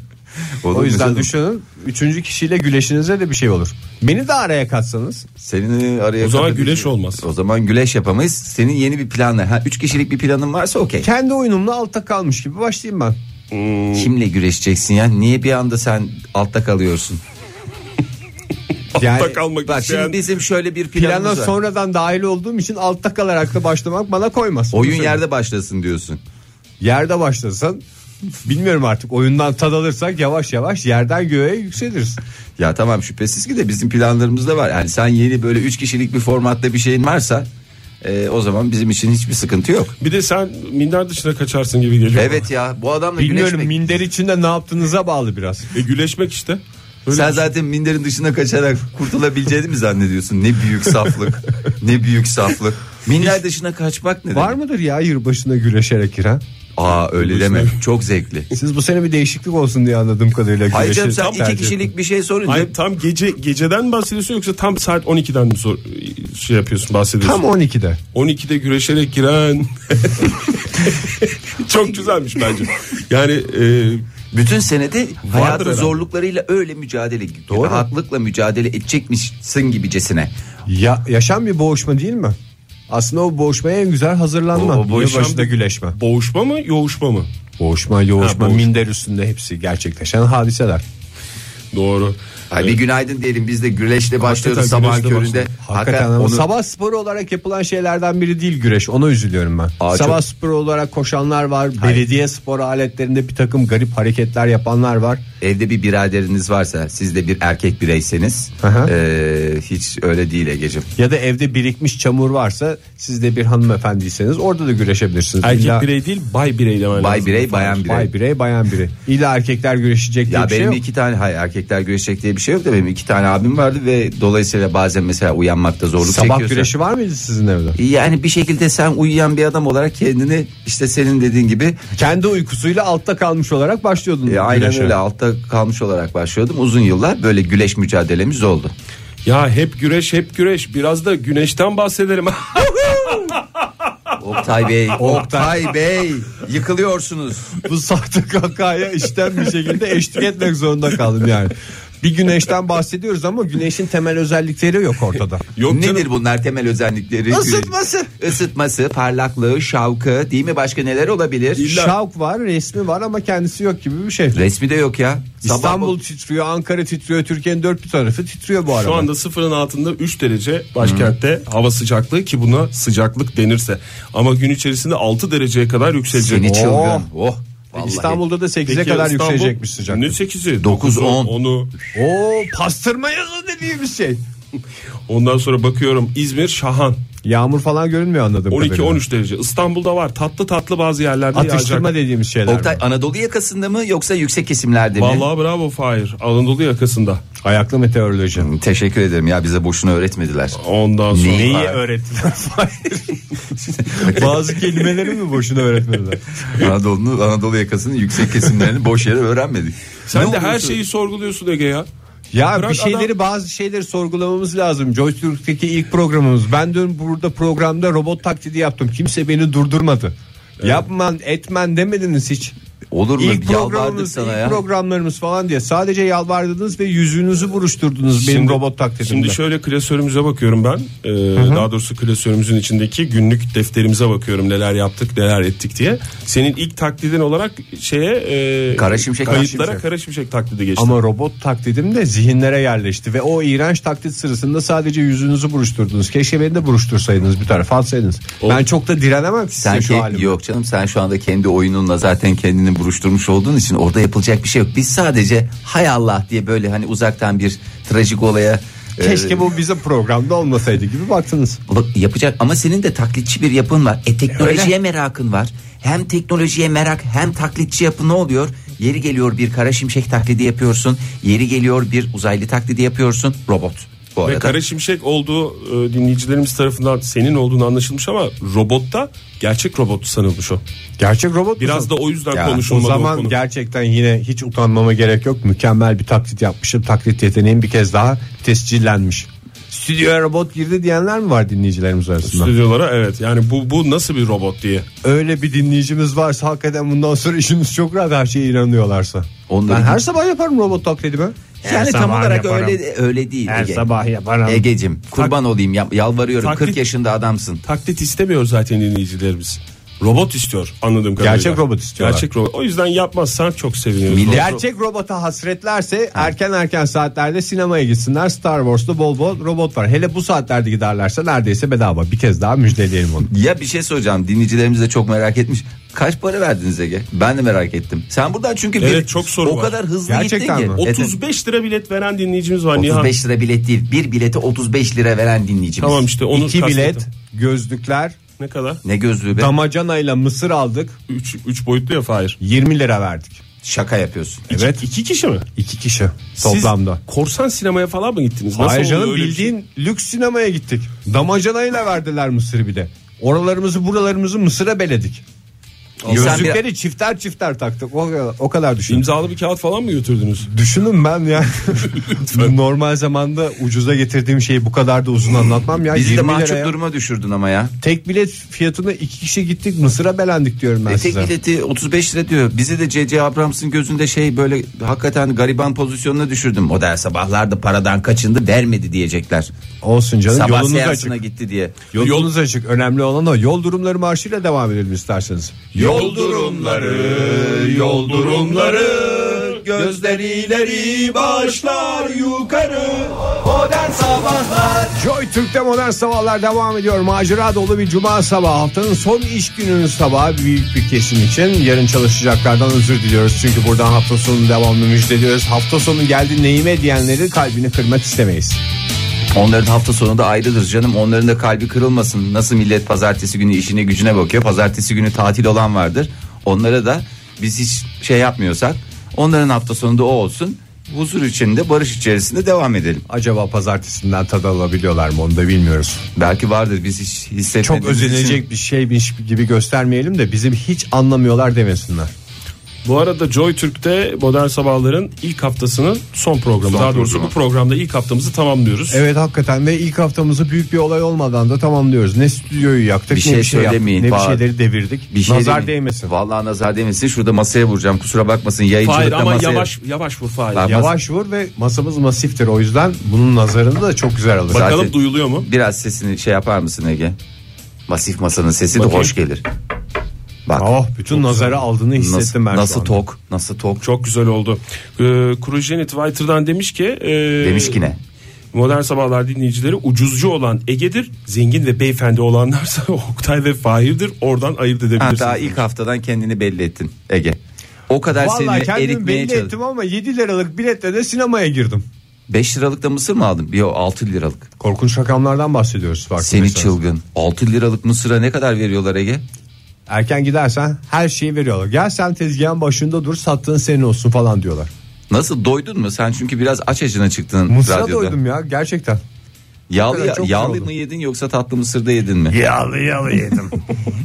Speaker 4: Olur
Speaker 3: O
Speaker 4: mu
Speaker 3: yüzden
Speaker 4: canım?
Speaker 3: düşünün üçüncü kişiyle güleşinize de bir şey olur. Beni de araya katsanız
Speaker 4: Senin araya
Speaker 5: O zaman
Speaker 4: kadar bir
Speaker 5: güleş olmaz.
Speaker 4: O zaman güleş yapamayız. Senin yeni bir planın. Ha, üç kişilik bir planın varsa okey.
Speaker 3: kendi oyunumla altta kalmış gibi başlayayım ben.
Speaker 4: Kimle güreşeceksin ya? Niye bir anda sen altta kalıyorsun?
Speaker 3: Yani
Speaker 5: Altta kalmak
Speaker 4: Bak
Speaker 5: isteyen
Speaker 4: şimdi bizim şöyle bir planımız
Speaker 3: plana
Speaker 4: var.
Speaker 3: sonradan dahil olduğum için altta kalarak da başlamak bana koymaz.
Speaker 4: Oyun
Speaker 3: Bunu
Speaker 4: yerde başlasın diyorsun.
Speaker 3: yerde başlasan bilmiyorum artık oyundan tad alırsak yavaş yavaş yerden göğe yükseliriz.
Speaker 4: Ya tamam şüphesiz ki de bizim planlarımız da var. Yani sen yeni böyle üç kişilik bir formatta bir şeyin varsa e, o zaman bizim için hiçbir sıkıntı yok.
Speaker 5: Bir de sen minder dışına kaçarsın gibi geliyor.
Speaker 4: Evet ya bu adamla
Speaker 3: Bilmiyorum
Speaker 4: güleşmek.
Speaker 3: minder içinde ne yaptığınıza bağlı biraz.
Speaker 5: E, güleşmek işte. Öyle
Speaker 4: Sen zaten minderin dışına kaçarak kurtulabileceğini mi zannediyorsun? Ne büyük saflık. ne büyük saflık. Minder dışına kaçmak ne
Speaker 3: Var
Speaker 4: demek?
Speaker 3: mıdır ya yılbaşına güreşerek giren?
Speaker 4: Aa öyle deme.
Speaker 5: Dışına-
Speaker 4: Çok zevkli.
Speaker 3: Siz bu sene bir değişiklik olsun diye anladığım kadarıyla
Speaker 4: Hayır
Speaker 3: güreşi
Speaker 4: canım sen
Speaker 3: tercih
Speaker 4: iki kişilik bir şey sorunca
Speaker 5: Hayır, tam gece geceden bahsediyorsun yoksa tam saat 12'den mi sor, şey yapıyorsun bahsediyorsun?
Speaker 3: Tam 12'de.
Speaker 5: 12'de güreşerek giren çok güzelmiş bence. Yani e,
Speaker 4: bütün senede hayatın
Speaker 5: herhalde.
Speaker 4: zorluklarıyla öyle mücadele rahatlıkla mücadele edecekmişsin gibicesine.
Speaker 3: Ya, yaşam bir boğuşma değil mi? Aslında o boğuşmaya en güzel hazırlanma.
Speaker 4: O- o boğuşan
Speaker 3: Yılbaşında
Speaker 5: bir-
Speaker 3: güleşme.
Speaker 5: boğuşma mı yoğuşma mı?
Speaker 3: Boğuşma, yoğuşma,
Speaker 5: boğuş-
Speaker 3: minder üstünde hepsi gerçekleşen hadiseler.
Speaker 5: Doğru.
Speaker 4: Ay bir günaydın diyelim biz de güreşle başlıyoruz
Speaker 5: Hakikaten
Speaker 4: sabah
Speaker 5: güreşle
Speaker 4: köründe.
Speaker 5: başlıyoruz.
Speaker 3: Hakikaten, ama sabah sporu olarak yapılan şeylerden biri değil güreş. Ona üzülüyorum ben.
Speaker 4: Aa,
Speaker 3: sabah
Speaker 4: çok-
Speaker 3: sporu olarak koşanlar var. Belediye spor aletlerinde bir takım garip hareketler yapanlar var.
Speaker 4: Evde bir biraderiniz varsa siz de bir erkek bireyseniz
Speaker 3: Aha.
Speaker 4: eee, hiç öyle değil Ege'cim.
Speaker 3: Ya da evde birikmiş çamur varsa siz de bir hanımefendiyseniz orada da güreşebilirsiniz.
Speaker 5: Erkek
Speaker 3: İlla-
Speaker 5: birey değil bay birey demen
Speaker 4: Bay
Speaker 5: lazım.
Speaker 4: birey bayan birey.
Speaker 3: Bay birey bayan birey. İlla erkekler güreşecek diye
Speaker 4: Ya
Speaker 3: bir şey
Speaker 4: benim
Speaker 3: yok.
Speaker 4: iki tane hayır erkekler güreşecek diye bir şey yok da benim iki tane abim vardı ve dolayısıyla bazen mesela uyanmakta zorluk
Speaker 3: Sabah
Speaker 4: çekiyorsun.
Speaker 3: güreşi var mıydı sizin evde?
Speaker 4: Yani bir şekilde sen uyuyan bir adam olarak kendini işte senin dediğin gibi
Speaker 3: Kendi uykusuyla altta kalmış olarak başlıyordun.
Speaker 4: e, aynen
Speaker 3: güreşe.
Speaker 4: öyle altta kalmış olarak başlıyordum. Uzun yıllar böyle güleş mücadelemiz oldu.
Speaker 5: Ya hep güreş hep güreş. Biraz da güneşten bahsedelim.
Speaker 4: Oktay Bey, Oktay Bey yıkılıyorsunuz.
Speaker 3: Bu sahte kakaya işten bir şekilde eşlik etmek zorunda kaldım yani. Bir güneşten bahsediyoruz ama güneşin temel özellikleri yok ortada.
Speaker 5: Yok
Speaker 4: Nedir
Speaker 5: canım.
Speaker 4: bunlar temel özellikleri?
Speaker 3: Isıtması.
Speaker 4: Isıtması, parlaklığı, şavkı değil mi? Başka neler olabilir?
Speaker 3: Şavk var, resmi var ama kendisi yok gibi bir şey.
Speaker 4: Resmi de yok ya. Sabah
Speaker 3: İstanbul
Speaker 4: bu-
Speaker 3: titriyor, Ankara titriyor, Türkiye'nin dört bir tarafı titriyor bu arada.
Speaker 5: Şu anda sıfırın altında 3 derece başkentte hava sıcaklığı ki buna sıcaklık denirse. Ama gün içerisinde 6 dereceye kadar yükselecek.
Speaker 4: seni çılgın.
Speaker 3: Oh.
Speaker 4: Oh. Vallahi.
Speaker 3: İstanbul'da da 8'e
Speaker 5: Peki
Speaker 3: kadar
Speaker 5: İstanbul-
Speaker 3: yükselecekmiş sıcaklık.
Speaker 5: Ne 8'i?
Speaker 4: 9, 10.
Speaker 5: Onu.
Speaker 3: Oo pastırma yazı dediğimiz şey.
Speaker 5: Ondan sonra bakıyorum İzmir Şahan
Speaker 3: Yağmur falan görünmüyor anladım.
Speaker 5: 12-13 derece. İstanbul'da var tatlı tatlı bazı yerlerde
Speaker 3: Atıştırma
Speaker 5: yağacak.
Speaker 3: dediğimiz şeyler.
Speaker 4: Oktay
Speaker 3: var.
Speaker 4: Anadolu yakasında mı yoksa yüksek kesimlerde mi?
Speaker 5: Vallahi bravo Fahir. Anadolu yakasında.
Speaker 3: Ayaklı meteoroloji.
Speaker 4: Teşekkür ederim ya bize boşuna öğretmediler.
Speaker 5: Ondan sonra.
Speaker 4: Neyi?
Speaker 3: Neyi öğrettiler? Bazı kelimeleri mi boşuna öğretmediler?
Speaker 4: Anadolu'nun Anadolu yakasının yüksek kesimlerini boş yere öğrenmedik.
Speaker 5: Sen
Speaker 4: Ne
Speaker 5: de her
Speaker 4: oluyorsun?
Speaker 5: şeyi sorguluyorsun Ege ya.
Speaker 3: Ya
Speaker 5: Bırak
Speaker 3: bir şeyleri
Speaker 5: adam-
Speaker 3: bazı şeyleri sorgulamamız lazım. Joytürk'teki ilk programımız. Ben dün burada programda robot taklidi yaptım. Kimse beni durdurmadı. Yapman etmen demediniz hiç.
Speaker 4: olur mu?
Speaker 3: İlk
Speaker 4: Yalvardık
Speaker 3: programımız,
Speaker 4: sana
Speaker 3: ilk
Speaker 4: ya.
Speaker 3: programlarımız falan diye sadece yalvardınız ve yüzünüzü buruşturdunuz benim
Speaker 5: Şimdi-
Speaker 3: robot taklidimde.
Speaker 5: Şimdi şöyle klasörümüze bakıyorum ben. Ee, daha doğrusu klasörümüzün içindeki günlük defterimize bakıyorum neler yaptık neler ettik diye. Senin ilk taklidin olarak şeye e,
Speaker 4: Kara Şimşek,
Speaker 5: kayıtlara
Speaker 4: Kara
Speaker 5: Kara
Speaker 4: Şimşek.
Speaker 5: Şimşek taklidi geçti.
Speaker 3: Ama robot taklidim de zihinlere yerleşti ve o iğrenç taklit sırasında sadece yüzünüzü buruşturdunuz. Keşke beni de buruştursaydınız bir tarafa alsaydınız. Ben çok da direnemem ki size
Speaker 4: Sen şey
Speaker 3: şu
Speaker 4: ke-
Speaker 3: halime.
Speaker 4: yok canım sen şu anda kendi oyununla zaten kendini buruşturmuş olduğun için orada yapılacak bir şey yok. Biz sadece hay Allah diye böyle hani uzaktan bir trajik olaya e,
Speaker 3: Keşke bu bize programda olmasaydı gibi baktınız.
Speaker 4: Bak, yapacak ama senin de taklitçi bir yapın var. E teknolojiye
Speaker 3: Öyle.
Speaker 4: merakın var. Hem teknolojiye merak hem taklitçi yapı ne oluyor? Yeri geliyor bir kara şimşek taklidi yapıyorsun. Yeri geliyor bir uzaylı taklidi yapıyorsun. Robot bu
Speaker 5: Ve
Speaker 4: arada.
Speaker 5: Kara Şimşek olduğu e, dinleyicilerimiz tarafından senin olduğunu anlaşılmış ama robotta gerçek robot sanılmış o.
Speaker 3: Gerçek robot
Speaker 5: Biraz da o yüzden konuşulmadı
Speaker 3: o zaman
Speaker 5: konu.
Speaker 3: gerçekten yine hiç utanmama gerek yok. Mükemmel bir taklit yapmışım. Taklit yeteneğim bir kez daha tescillenmiş. Stüdyoya robot girdi diyenler mi var dinleyicilerimiz arasında?
Speaker 5: Stüdyolara evet yani bu, bu nasıl bir robot diye.
Speaker 3: Öyle bir dinleyicimiz varsa hakikaten bundan sonra işimiz çok rahat her şeye inanıyorlarsa.
Speaker 4: Onların-
Speaker 3: Ben her sabah yaparım robot taklidimi.
Speaker 4: yani tam
Speaker 3: sabah
Speaker 4: olarak
Speaker 3: yaparım.
Speaker 4: öyle öyle değil.
Speaker 3: Her
Speaker 4: Ege.
Speaker 3: sabah yaparım.
Speaker 4: Ege'cim kurban olayım ya- yalvarıyorum
Speaker 5: Taklit-
Speaker 4: 40 yaşında adamsın.
Speaker 5: Taklit istemiyor zaten dinleyicilerimiz. Robot istiyor anladığım kadarıyla.
Speaker 3: Gerçek robot istiyorlar.
Speaker 5: Gerçek robot. O yüzden yapmazsan çok seviniyoruz.
Speaker 4: Milli-
Speaker 5: Robot-
Speaker 3: Gerçek robota hasretlerse erken erken saatlerde sinemaya gitsinler. Star Wars'ta bol bol robot var. Hele bu saatlerde giderlerse neredeyse bedava. Bir kez daha müjdeleyelim onu.
Speaker 4: Ya bir şey soracağım dinleyicilerimiz de çok merak etmiş. Kaç para verdiniz Ege? Ben de merak ettim. Sen buradan çünkü
Speaker 5: Evet, çok soru
Speaker 4: o
Speaker 5: var.
Speaker 4: kadar hızlı
Speaker 3: Gerçekten
Speaker 4: gittin
Speaker 3: mi?
Speaker 4: ki. Evet,
Speaker 5: 35 lira bilet veren dinleyicimiz var. Nihan.
Speaker 4: 35 lira bilet değil. Bir bilete 35 lira veren dinleyicimiz.
Speaker 5: Tamam işte onu
Speaker 3: İki
Speaker 5: kastettim.
Speaker 3: bilet, gözlükler,
Speaker 5: Ne kadar?
Speaker 4: Ne gözlüğü be?
Speaker 3: damacanayla mısır aldık.
Speaker 5: 3, 3 boyutlu ya Fahir.
Speaker 3: 20 lira verdik.
Speaker 4: Şaka yapıyorsun.
Speaker 5: E,
Speaker 3: Evet.
Speaker 5: 2 kişi mi?
Speaker 3: iki kişi
Speaker 5: Siz
Speaker 3: toplamda.
Speaker 5: korsan sinemaya falan mı gittiniz? Nasıl
Speaker 3: Hayır
Speaker 5: oluyor
Speaker 3: canım
Speaker 5: öyle bir şey?
Speaker 3: bildiğin lüks sinemaya gittik. Damacanayla verdiler mısırı bir de. Oralarımızı buralarımızı mısıra beledik.
Speaker 4: İnsan
Speaker 3: Gözlükleri çifter çifter taktık. O, kadar- o kadar düşün.
Speaker 5: İmzalı bir kağıt falan mı götürdünüz?
Speaker 3: Düşünün ben ya. Normal zamanda ucuza getirdiğim şeyi bu kadar da uzun anlatmam ya.
Speaker 4: Bizi de
Speaker 3: 20
Speaker 4: mahcup
Speaker 3: liraya.
Speaker 4: duruma düşürdün ama ya.
Speaker 3: Tek bilet fiyatına iki kişi gittik Mısır'a belendik diyorum ben
Speaker 4: E, tek
Speaker 3: size.
Speaker 4: bileti 35 lira diyor. Bizi de C.C. Abrams'ın gözünde şey böyle hakikaten gariban pozisyonuna düşürdüm. O da sabahlarda paradan kaçındı vermedi diyecekler.
Speaker 3: Olsun canım
Speaker 4: Sabah
Speaker 3: yolunuz
Speaker 4: seansına
Speaker 3: açık.
Speaker 4: gitti diye.
Speaker 3: Yolunuz açık. Önemli olan o. Yol durumları marşıyla devam edelim isterseniz.
Speaker 4: Yol durumları, yol durumları gözleri ileri başlar yukarı.
Speaker 2: Modern Sabahlar
Speaker 3: Joy Türk'te modern sabahlar devam ediyor. Macera dolu bir cuma sabahı. Haftanın son iş gününün sabahı büyük bir kesim için. Yarın çalışacaklardan özür diliyoruz. Çünkü buradan hafta sonu devamlı müjdeliyoruz. Hafta sonu geldi neyime diyenleri kalbini kırmak istemeyiz.
Speaker 4: Onların hafta sonu da ayrıdır canım. Onların da kalbi kırılmasın. Nasıl millet pazartesi günü işine gücüne bakıyor. Pazartesi günü tatil olan vardır. Onlara da biz hiç şey yapmıyorsak onların hafta sonunda o olsun. Huzur içinde, barış içerisinde devam edelim.
Speaker 3: Acaba pazartesinden tad alabiliyorlar mı onu da bilmiyoruz.
Speaker 4: Belki vardır biz hiç
Speaker 3: Çok
Speaker 4: hissetmediğimiz için.
Speaker 3: özenilecek bir şeymiş gibi göstermeyelim de bizim hiç anlamıyorlar demesinler.
Speaker 5: Bu arada Joy Türk'te Modern Sabahların ilk haftasının son programı.
Speaker 4: Son
Speaker 5: Daha doğrusu
Speaker 4: programı.
Speaker 5: bu programda ilk haftamızı tamamlıyoruz.
Speaker 3: Evet hakikaten ve ilk haftamızı büyük bir olay olmadan da tamamlıyoruz. Ne stüdyoyu yaktık
Speaker 4: Bir
Speaker 3: ne
Speaker 4: şey
Speaker 3: bir şey yaptık,
Speaker 4: söylemeyin,
Speaker 3: ne bir
Speaker 4: Fahir.
Speaker 3: şeyleri devirdik.
Speaker 4: Bir şey
Speaker 3: Nazar
Speaker 4: demeyeyim.
Speaker 3: değmesin.
Speaker 4: Vallahi nazar değmesin. Şurada masaya vuracağım. Kusura bakmasın.
Speaker 5: Fahir
Speaker 4: Yayıncılıkta
Speaker 5: ama
Speaker 4: masaya.
Speaker 5: yavaş yavaş vur Fahir.
Speaker 4: Bak-
Speaker 3: Yavaş vur ve masamız masiftir o yüzden bunun nazarını da çok güzel alır.
Speaker 5: Bakalım
Speaker 4: zaten-
Speaker 5: duyuluyor mu?
Speaker 4: Biraz sesini şey yapar mısın Ege? Masif masanın sesi de
Speaker 5: Bakayım.
Speaker 4: hoş gelir. Bak.
Speaker 3: Oh bütün nazarı aldığını
Speaker 4: Nasıl,
Speaker 3: hissettim ben şu
Speaker 4: nasıl
Speaker 3: anda.
Speaker 4: tok? Nasıl tok?
Speaker 5: Çok güzel oldu. Ee, Krujenit Whiter'dan demiş ki... e,
Speaker 4: Demiş ki ne?
Speaker 5: Modern Sabahlar dinleyicileri ucuzcu olan Ege'dir. Zengin ve beyefendi olanlarsa Oktay ve Fahir'dir. Oradan ayırt
Speaker 4: Ha,
Speaker 5: edebilirsiniz.
Speaker 4: daha ilk haftadan kendini belli ettin Ege. O kadar
Speaker 3: Vallahi
Speaker 4: seni
Speaker 3: kendimi
Speaker 4: erikmeye
Speaker 3: belli
Speaker 4: çalıştım.
Speaker 3: ettim ama 7 liralık biletle de sinemaya girdim.
Speaker 4: 5 liralık da mısır mı aldın? Yok 6 liralık.
Speaker 3: Korkunç rakamlardan bahsediyoruz
Speaker 4: Seni
Speaker 3: farkındaysanız.
Speaker 4: çılgın. 6 liralık mısıra ne kadar veriyorlar Ege?
Speaker 3: Erken gidersen her şeyi veriyorlar. Gel sen tezgahın başında dur sattığın senin olsun falan diyorlar.
Speaker 4: Nasıl doydun mu? Sen çünkü biraz aç acına çıktın
Speaker 3: Mısır'a
Speaker 4: radyoda.
Speaker 3: doydum ya gerçekten.
Speaker 4: Yağlı,
Speaker 3: Evet, çok güzel
Speaker 4: yağlı
Speaker 3: oldu.
Speaker 4: mı yedin yoksa tatlı mısır da yedin mi?
Speaker 6: Yağlı yağlı yedim.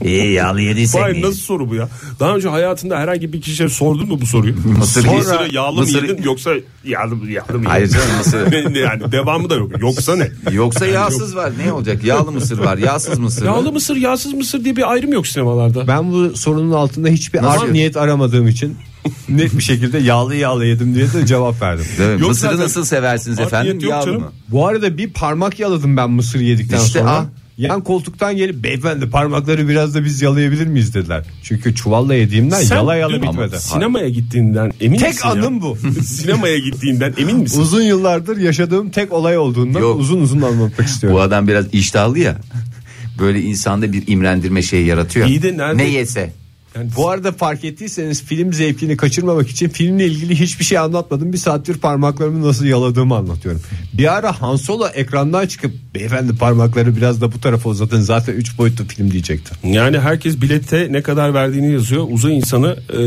Speaker 6: İyi yağlı yediysen
Speaker 5: Fahir
Speaker 6: iyi.
Speaker 5: nasıl soru bu ya? Daha önce hayatında herhangi bir kişiye sordun mu bu soruyu?
Speaker 4: Mısır
Speaker 5: Sonra
Speaker 4: yedin.
Speaker 5: yağlı
Speaker 4: Mısır-
Speaker 5: mı yedin yoksa yağlı mı yağlı mı
Speaker 4: Hayır
Speaker 5: yedin?
Speaker 4: canım mısır.
Speaker 5: Ne- ne yani devamı da yok. Yoksa ne?
Speaker 4: Yoksa yağsız var. Ne olacak? Yağlı mısır var. Yağsız mısır. var.
Speaker 5: Yağlı mısır yağsız mısır diye bir ayrım yok sinemalarda.
Speaker 3: Ben bu sorunun altında hiçbir art niyet aramadığım için net bir şekilde yağlı yağlı yedim diye de cevap verdim.
Speaker 4: Değil mi?
Speaker 5: Yok
Speaker 4: Mısırı
Speaker 5: zaten-
Speaker 4: nasıl seversiniz
Speaker 5: Afiyet
Speaker 4: efendim?
Speaker 5: yok
Speaker 4: Yağlı
Speaker 5: canım.
Speaker 4: mı?
Speaker 3: Bu arada bir parmak yaladım ben mısır yedikten
Speaker 4: İşte
Speaker 3: sonra.
Speaker 4: ha.
Speaker 3: Yan koltuktan gelip beyefendi parmakları biraz da biz yalayabilir miyiz dediler. Çünkü çuvalla yediğimden
Speaker 5: Sen
Speaker 3: yala yala
Speaker 5: dün
Speaker 3: bitmedi.
Speaker 5: Sinemaya gittiğinden emin
Speaker 3: Tek
Speaker 5: misin ya?
Speaker 3: anım bu.
Speaker 5: Sinemaya gittiğinden emin misin?
Speaker 3: Uzun yıllardır yaşadığım tek olay olduğundan
Speaker 4: Yok.
Speaker 3: uzun uzun anlatmak istiyorum.
Speaker 4: Bu adam biraz iştahlı ya. Böyle insanda bir imrendirme şeyi yaratıyor.
Speaker 5: İyi de nerede-
Speaker 4: Ne yese.
Speaker 5: Yani
Speaker 3: Bu arada fark ettiyseniz film zevkini kaçırmamak için filmle ilgili hiçbir şey anlatmadım. Bir saattir parmaklarımı nasıl yaladığımı anlatıyorum. Bir ara Han Solo ekrandan çıkıp beyefendi parmakları biraz da bu tarafa uzatın zaten 3 boyutlu film diyecekti.
Speaker 5: Yani herkes bilete ne kadar verdiğini yazıyor. Uzay insanı e,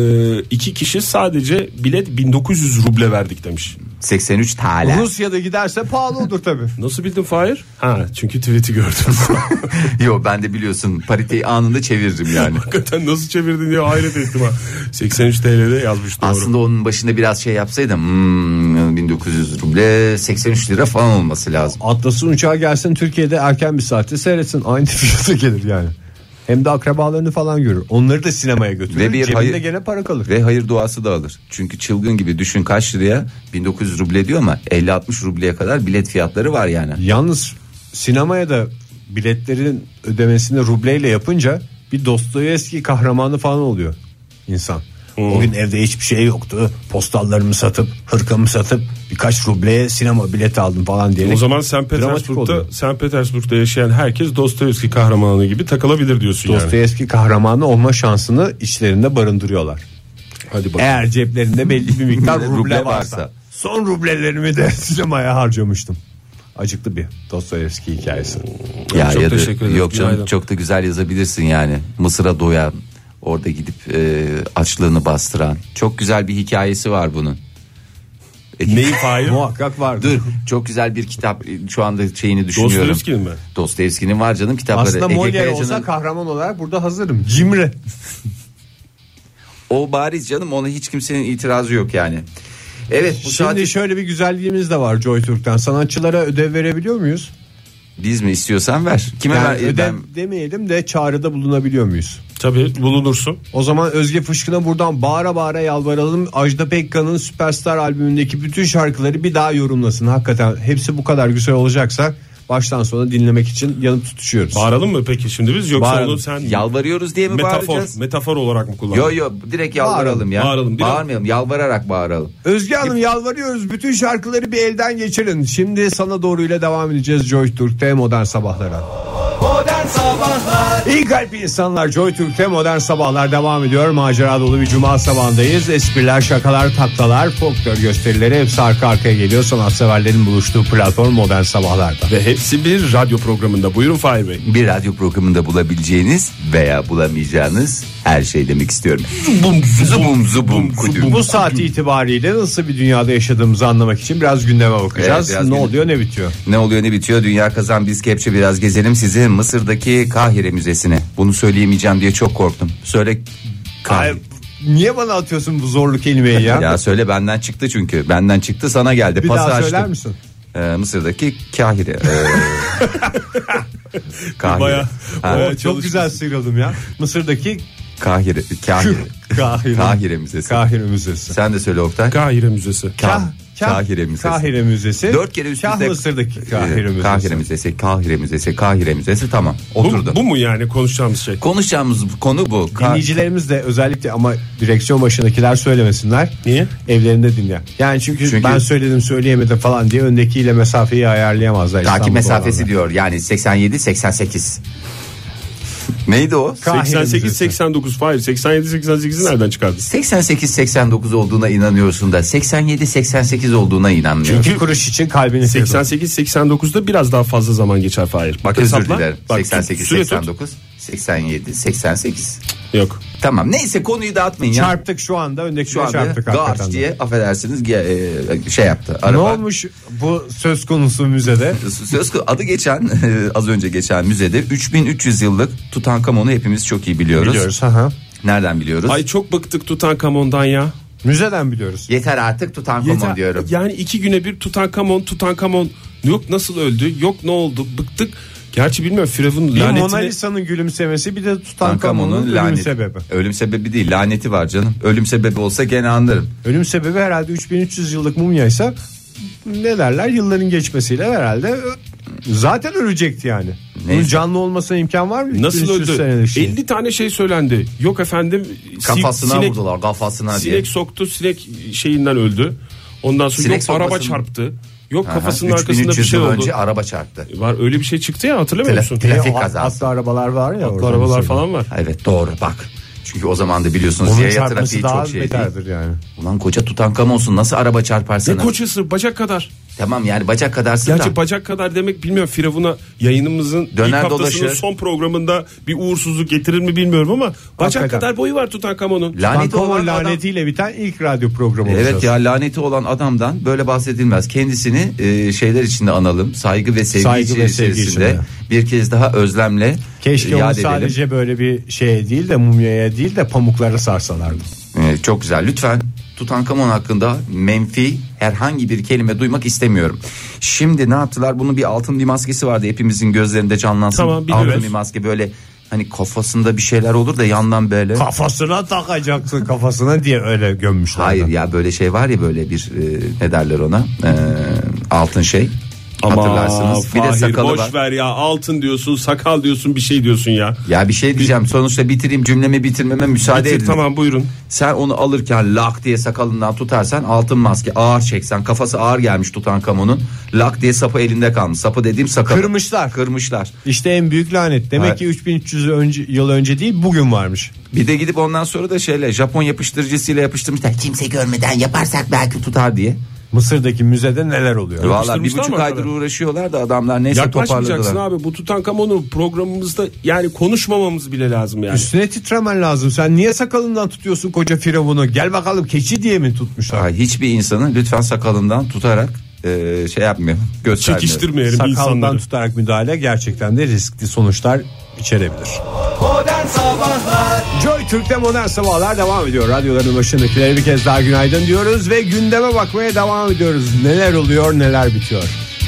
Speaker 5: iki kişi sadece bilet 1900 ruble verdik demiş.
Speaker 4: 83 TL.
Speaker 3: Rusya'da giderse pahalı olur tabii.
Speaker 5: Nasıl bildin Fahir? Ha çünkü tweet'i gördüm.
Speaker 4: Yo ben de biliyorsun pariteyi anında çeviririm yani.
Speaker 5: Hakikaten nasıl çevirdin diye hayret ettim ha. 83 TL'de yazmış doğru.
Speaker 4: Aslında onun başında biraz şey yapsaydım hmm, 1900 ruble 83 lira falan olması lazım.
Speaker 3: Atlas'ın uçağı gelsin Türkiye'de erken bir saatte seyretsin. Aynı fiyata gelir yani. Hem de akrabalarını falan görür. Onları da sinemaya götürür.
Speaker 4: Ve bir
Speaker 3: Cebinde
Speaker 4: hayır-
Speaker 3: gene para kalır.
Speaker 4: Ve hayır duası da alır. Çünkü çılgın gibi düşün kaç liraya 1900 ruble diyor ama 50-60 rubleye kadar bilet fiyatları var yani.
Speaker 3: Yalnız sinemaya da biletlerin ödemesini rubleyle yapınca bir Dostoyevski kahramanı falan oluyor insan. Bugün evde hiçbir şey yoktu. Postallarımı satıp, hırkamı satıp birkaç rubleye sinema bileti aldım falan diye.
Speaker 5: O zaman St.
Speaker 3: Dramatik oluyor.
Speaker 5: Petersburg'da, St. Petersburg'da yaşayan herkes Dostoyevski kahramanı gibi takılabilir diyorsun yani.
Speaker 3: Dostoyevski kahramanı olma şansını içlerinde barındırıyorlar.
Speaker 5: Hadi bakalım.
Speaker 3: Eğer ceplerinde belli bir miktar ruble,
Speaker 4: Ruble
Speaker 3: varsa.
Speaker 4: varsa.
Speaker 3: Son rublelerimi de sinemaya harcamıştım. Acıklı bir Dostoyevski hikayesi.
Speaker 4: Ya
Speaker 5: Çok
Speaker 4: ya da-
Speaker 5: teşekkür ederim.
Speaker 4: Yok canım
Speaker 5: Günaydın.
Speaker 4: çok da güzel yazabilirsin yani. Mısır'a doyan orada gidip e, açlığını bastıran. Çok güzel bir hikayesi var bunun. E,
Speaker 5: Neyi Fahir?
Speaker 3: Muhakkak vardı.
Speaker 4: Dur çok güzel bir kitap e, şu anda şeyini düşünüyorum.
Speaker 5: Dostoyevski'nin mi?
Speaker 4: Dostoyevski'nin var canım kitapları.
Speaker 3: Aslında
Speaker 4: Ege
Speaker 3: Molière
Speaker 4: Kayacan'ın-
Speaker 3: olsa kahraman olarak burada hazırım. Cimri.
Speaker 4: O bariz canım ona hiç kimsenin itirazı yok yani. Evet bu saat
Speaker 3: Şimdi şöyle bir güzelliğimiz de var Joy Türk'ten. Sanatçılara ödev verebiliyor muyuz?
Speaker 4: biz mi istiyorsan ver. Kime
Speaker 3: Yani
Speaker 4: ver?
Speaker 3: ödev
Speaker 4: Ben-
Speaker 3: demeyelim de çağrıda bulunabiliyor muyuz?
Speaker 5: Tabii bulunursun.
Speaker 3: O zaman Özge Fışkın'a buradan bağıra bağıra yalvaralım. Ajda Pekka'nın Superstar albümündeki bütün şarkıları bir daha yorumlasın. Hakikaten hepsi bu kadar güzel olacaksa baştan sona dinlemek için yanıp tutuşuyoruz.
Speaker 5: Bağıralım mı peki şimdi biz yoksa
Speaker 3: Bağıralım.
Speaker 5: onu sen
Speaker 4: Yalvarıyoruz diye mi
Speaker 5: metafor
Speaker 4: bağıracağız?
Speaker 5: metafor olarak mı kullandın?
Speaker 4: Yo yo direkt yalvaralım ya.
Speaker 5: Bağıralım, biraz-
Speaker 4: Bağırmayalım yalvararak bağıralım.
Speaker 3: Özge Hanım yalvarıyoruz bütün şarkıları bir elden geçirin. Şimdi sana doğruyla devam edeceğiz Joy Türk'te modern sabahlara.
Speaker 2: Modern Sabahlar
Speaker 3: İyi kalp insanlar Joy Türk'te modern sabahlar devam ediyor. Macera dolu bir cuma sabahındayız. Espriler, şakalar, taklalar, folklor gösterileri hepsi arka arkaya geliyor. Sanatseverlerin buluştuğu platform modern sabahlarda.
Speaker 5: Ve hepsi bir radyo programında. Buyurun Fahir Bey.
Speaker 4: Bir radyo programında bulabileceğiniz veya bulamayacağınız her şey demek istiyorum. Zubum zubum zubum kudüm.
Speaker 3: Bu saat itibariyle nasıl bir dünyada yaşadığımızı anlamak için biraz gündeme bakacağız.
Speaker 4: Evet, biraz
Speaker 3: ne
Speaker 4: gündem.
Speaker 3: oluyor ne bitiyor?
Speaker 4: Ne oluyor ne bitiyor dünya kazan biz kepçe biraz gezelim sizi Mısır'daki Kahire Müzesi'ne. Bunu söyleyemeyeceğim diye çok korktum. Söyle Kahire.
Speaker 3: Ay, niye bana atıyorsun bu zorlu kelimeyi ya?
Speaker 4: Ya söyle benden çıktı çünkü. Benden çıktı sana geldi.
Speaker 3: bir
Speaker 4: Pası
Speaker 3: daha
Speaker 4: açtım.
Speaker 3: söyler misin?
Speaker 4: Ee, Mısır'daki Kahire. Ee, Kahire.
Speaker 5: Baya-
Speaker 4: Ha,
Speaker 5: baya-
Speaker 3: Oo, çok
Speaker 5: çalışmışsın.
Speaker 3: güzel sıyrıldım ya. Mısır'daki
Speaker 4: Kahire. Kahire.
Speaker 3: Kahire,
Speaker 4: Kahire Müzesi.
Speaker 3: Kahire Müzesi.
Speaker 4: Sen de söyle Oktay.
Speaker 5: Kahire Müzesi.
Speaker 4: Kah-
Speaker 3: Kah-
Speaker 4: Kahire Müzesi.
Speaker 3: Kahire Müzesi.
Speaker 4: Dört kere üst
Speaker 3: Kah
Speaker 4: üste. e,
Speaker 3: Mısır'daki Kahire Müzesi.
Speaker 4: Ee, Kahire Müzesi. Kahire Müzesi. Kahire Müzesi. Tamam. Oturdu.
Speaker 5: Bu, bu mu yani konuşacağımız şey?
Speaker 4: Konuşacağımız konu bu. Ka-
Speaker 3: Dinleyicilerimiz de özellikle ama direksiyon başındakiler söylemesinler.
Speaker 5: Niye?
Speaker 3: Evlerinde dinle. Yani çünkü,
Speaker 4: Çünkü-
Speaker 3: ben söyledim söyleyemedim falan diye öndekiyle mesafeyi ayarlayamazlar.
Speaker 4: Takip
Speaker 3: İstanbul'da
Speaker 4: mesafesi
Speaker 3: olanlar.
Speaker 4: diyor. Yani 87 88. Neydi o?
Speaker 3: Kahire
Speaker 5: 88
Speaker 3: Müzesi.
Speaker 5: 89 Fahir 87 88'i nereden çıkardın?
Speaker 4: 88 89 olduğuna inanıyorsun da 87 88 olduğuna inanmıyor.
Speaker 3: İki kuruş için kalbini kırdın.
Speaker 5: 88 89'da biraz daha fazla zaman geçer Fahir. Bak
Speaker 4: Özür
Speaker 5: hesapla.
Speaker 4: dilerim.
Speaker 5: Bak,
Speaker 4: 88
Speaker 5: süre tut.
Speaker 4: 89 87 88.
Speaker 5: Yok.
Speaker 4: Tamam. Neyse konuyu dağıtmayın ya.
Speaker 3: Çarptık şu anda öndekine
Speaker 4: şu anda
Speaker 3: çarptık hakikaten.
Speaker 4: Garç
Speaker 3: de.
Speaker 4: diye affedersiniz ge- e, şey yaptı.
Speaker 3: Ne
Speaker 4: Araba.
Speaker 3: olmuş bu söz konusu müzede?
Speaker 4: Söz konusu- adı geçen e, az önce geçen müzede 3300 yıllık Tutankamon'u hepimiz çok iyi biliyoruz.
Speaker 3: Biliyoruz. Aha.
Speaker 4: Nereden biliyoruz?
Speaker 5: Ay çok bıktık Tutankamon'dan ya.
Speaker 3: Müzeden biliyoruz.
Speaker 4: Yeter artık Tutankamon
Speaker 5: Yeter.
Speaker 4: diyorum.
Speaker 5: Yani iki güne bir Tutankamon Tutankamon yok nasıl öldü yok ne oldu bıktık. Gerçi bilmiyorum Firavun
Speaker 3: Bir
Speaker 5: lanetine.
Speaker 3: Mona Lisa'nın gülümsemesi bir de Tutankamon'un
Speaker 4: Tutankamon'un
Speaker 3: ölüm
Speaker 4: laneti.
Speaker 3: sebebi.
Speaker 4: Ölüm sebebi değil laneti var canım. Ölüm sebebi olsa gene anlarım.
Speaker 3: Ölüm sebebi herhalde 3300 yıllık mumyaysa ne derler yılların geçmesiyle herhalde ö- zaten ölecekti yani. Bunun
Speaker 4: Neyse.
Speaker 3: canlı olmasına imkan var mı?
Speaker 5: Nasıl
Speaker 3: 3300
Speaker 5: öldü?
Speaker 3: senelik şey.
Speaker 5: 50 tane şey söylendi. Yok efendim si-
Speaker 4: Kafasına
Speaker 5: sinek,
Speaker 4: vurdular kafasına diye.
Speaker 5: Sinek soktu sinek şeyinden öldü. Ondan sonra
Speaker 4: Sinek
Speaker 5: yok araba
Speaker 4: sokmasın.
Speaker 5: çarptı. Yok
Speaker 4: Aha,
Speaker 5: kafasının
Speaker 4: 3300
Speaker 5: arkasında bir şey
Speaker 4: yıl
Speaker 5: oldu.
Speaker 4: önce araba çarptı.
Speaker 5: Var öyle bir şey çıktı ya hatırlamıyor
Speaker 4: Tele-
Speaker 5: musun?
Speaker 4: tele-
Speaker 3: Ya,
Speaker 4: trafik
Speaker 3: at-
Speaker 4: kazası.
Speaker 3: Atlı arabalar var ya.
Speaker 5: Bu
Speaker 3: orada
Speaker 5: arabalar
Speaker 3: mesela.
Speaker 5: falan var.
Speaker 4: Evet doğru bak. Çünkü o zaman da biliyorsunuz
Speaker 3: Onun
Speaker 4: yaya
Speaker 3: çarpması
Speaker 4: trafiği
Speaker 3: daha
Speaker 4: çok şey değil.
Speaker 3: beterdir yani.
Speaker 4: Ulan koca Tutankamon'sun nasıl araba çarpar
Speaker 5: Ne
Speaker 4: sana?
Speaker 5: koçası bacak kadar.
Speaker 4: Tamam yani bacak kadarsın
Speaker 5: Gerçi
Speaker 4: da.
Speaker 5: bacak kadar demek bilmiyorum Firavun'a yayınımızın
Speaker 4: Döner
Speaker 5: ilk haftasının
Speaker 4: dolaşır.
Speaker 5: son programında bir uğursuzluk getirir mi bilmiyorum ama bacak
Speaker 3: Hakikaten.
Speaker 5: kadar boyu var Tutankamon'un.
Speaker 4: Lanet olan
Speaker 3: Bankomo
Speaker 4: Hani adam-
Speaker 3: lanetiyle biten ilk radyo programı
Speaker 4: Evet
Speaker 3: olacağız.
Speaker 4: ya laneti olan adamdan böyle bahsedilmez. Kendisini e, şeyler içinde analım. Saygı ve sevgi
Speaker 3: Saygı ve
Speaker 4: içerisinde
Speaker 3: sevgi içinde.
Speaker 4: bir kez daha özlemle
Speaker 3: Keşke
Speaker 4: e,
Speaker 3: onu
Speaker 4: yad edelim.
Speaker 3: sadece böyle bir şeye değil de mumyaya değil de pamuklara sarsalardı.
Speaker 4: E, çok güzel. Lütfen Tutankamon hakkında menfi herhangi bir kelime duymak istemiyorum. Şimdi ne yaptılar? Bunun bir altın bir maskesi vardı. Hepimizin gözlerinde canlansın.
Speaker 5: Tamam, biliyoruz.
Speaker 4: altın bir maske böyle hani kafasında bir şeyler olur da yandan böyle.
Speaker 3: Kafasına takacaksın kafasına diye öyle gömmüşler.
Speaker 4: Hayır ya böyle şey var ya böyle bir e, ne derler ona E, altın şey hatırlarsınız. Bir de
Speaker 5: Fahir,
Speaker 4: sakalı
Speaker 5: boş
Speaker 4: var.
Speaker 5: ver ya altın diyorsun sakal diyorsun bir şey diyorsun ya.
Speaker 4: Ya bir şey diyeceğim sonuçta bitireyim cümlemi bitirmeme müsaade
Speaker 5: Bitir,
Speaker 4: edin.
Speaker 5: tamam buyurun.
Speaker 4: Sen onu alırken lak diye sakalından tutarsan altın maske ağır çeksen kafası ağır gelmiş tutan kamonun lak diye sapı elinde kalmış. Sapı dediğim sakal.
Speaker 3: Kırmışlar.
Speaker 4: Kırmışlar.
Speaker 3: İşte en büyük lanet. Demek
Speaker 4: Evet.
Speaker 3: ki 3300 önce, yıl önce değil bugün varmış.
Speaker 4: Bir de gidip ondan sonra da şeyle Japon yapıştırıcısıyla yapıştırmışlar. Kimse görmeden yaparsak belki tutar diye.
Speaker 3: Mısır'daki müzede neler oluyor?
Speaker 4: Vallahi bir
Speaker 5: Yapıştırmışlar
Speaker 4: buçuk
Speaker 5: mı
Speaker 4: aydır
Speaker 5: hakikaten?
Speaker 4: uğraşıyorlar da adamlar neyse
Speaker 5: Yaklaşmayacaksın
Speaker 4: toparladılar.
Speaker 5: abi bu Tutankamon'u programımızda yani konuşmamamız bile lazım yani.
Speaker 3: Üstüne titremen lazım. Sen niye sakalından tutuyorsun koca firavunu? Gel bakalım keçi diye mi tutmuşlar?
Speaker 4: Ha, hiçbir insanı lütfen sakalından tutarak e, şey yapmayalım göstermeyelim.
Speaker 5: Çekiştirmeyelim
Speaker 3: Sakalından
Speaker 5: insanları.
Speaker 3: tutarak müdahale gerçekten de riskli sonuçlar içerebilir.
Speaker 2: Modern Sabahlar
Speaker 3: Joy Türk'te modern sabahlar devam ediyor. Radyoların başındakilere bir kez daha günaydın diyoruz ve gündeme bakmaya devam ediyoruz. Neler oluyor neler bitiyor.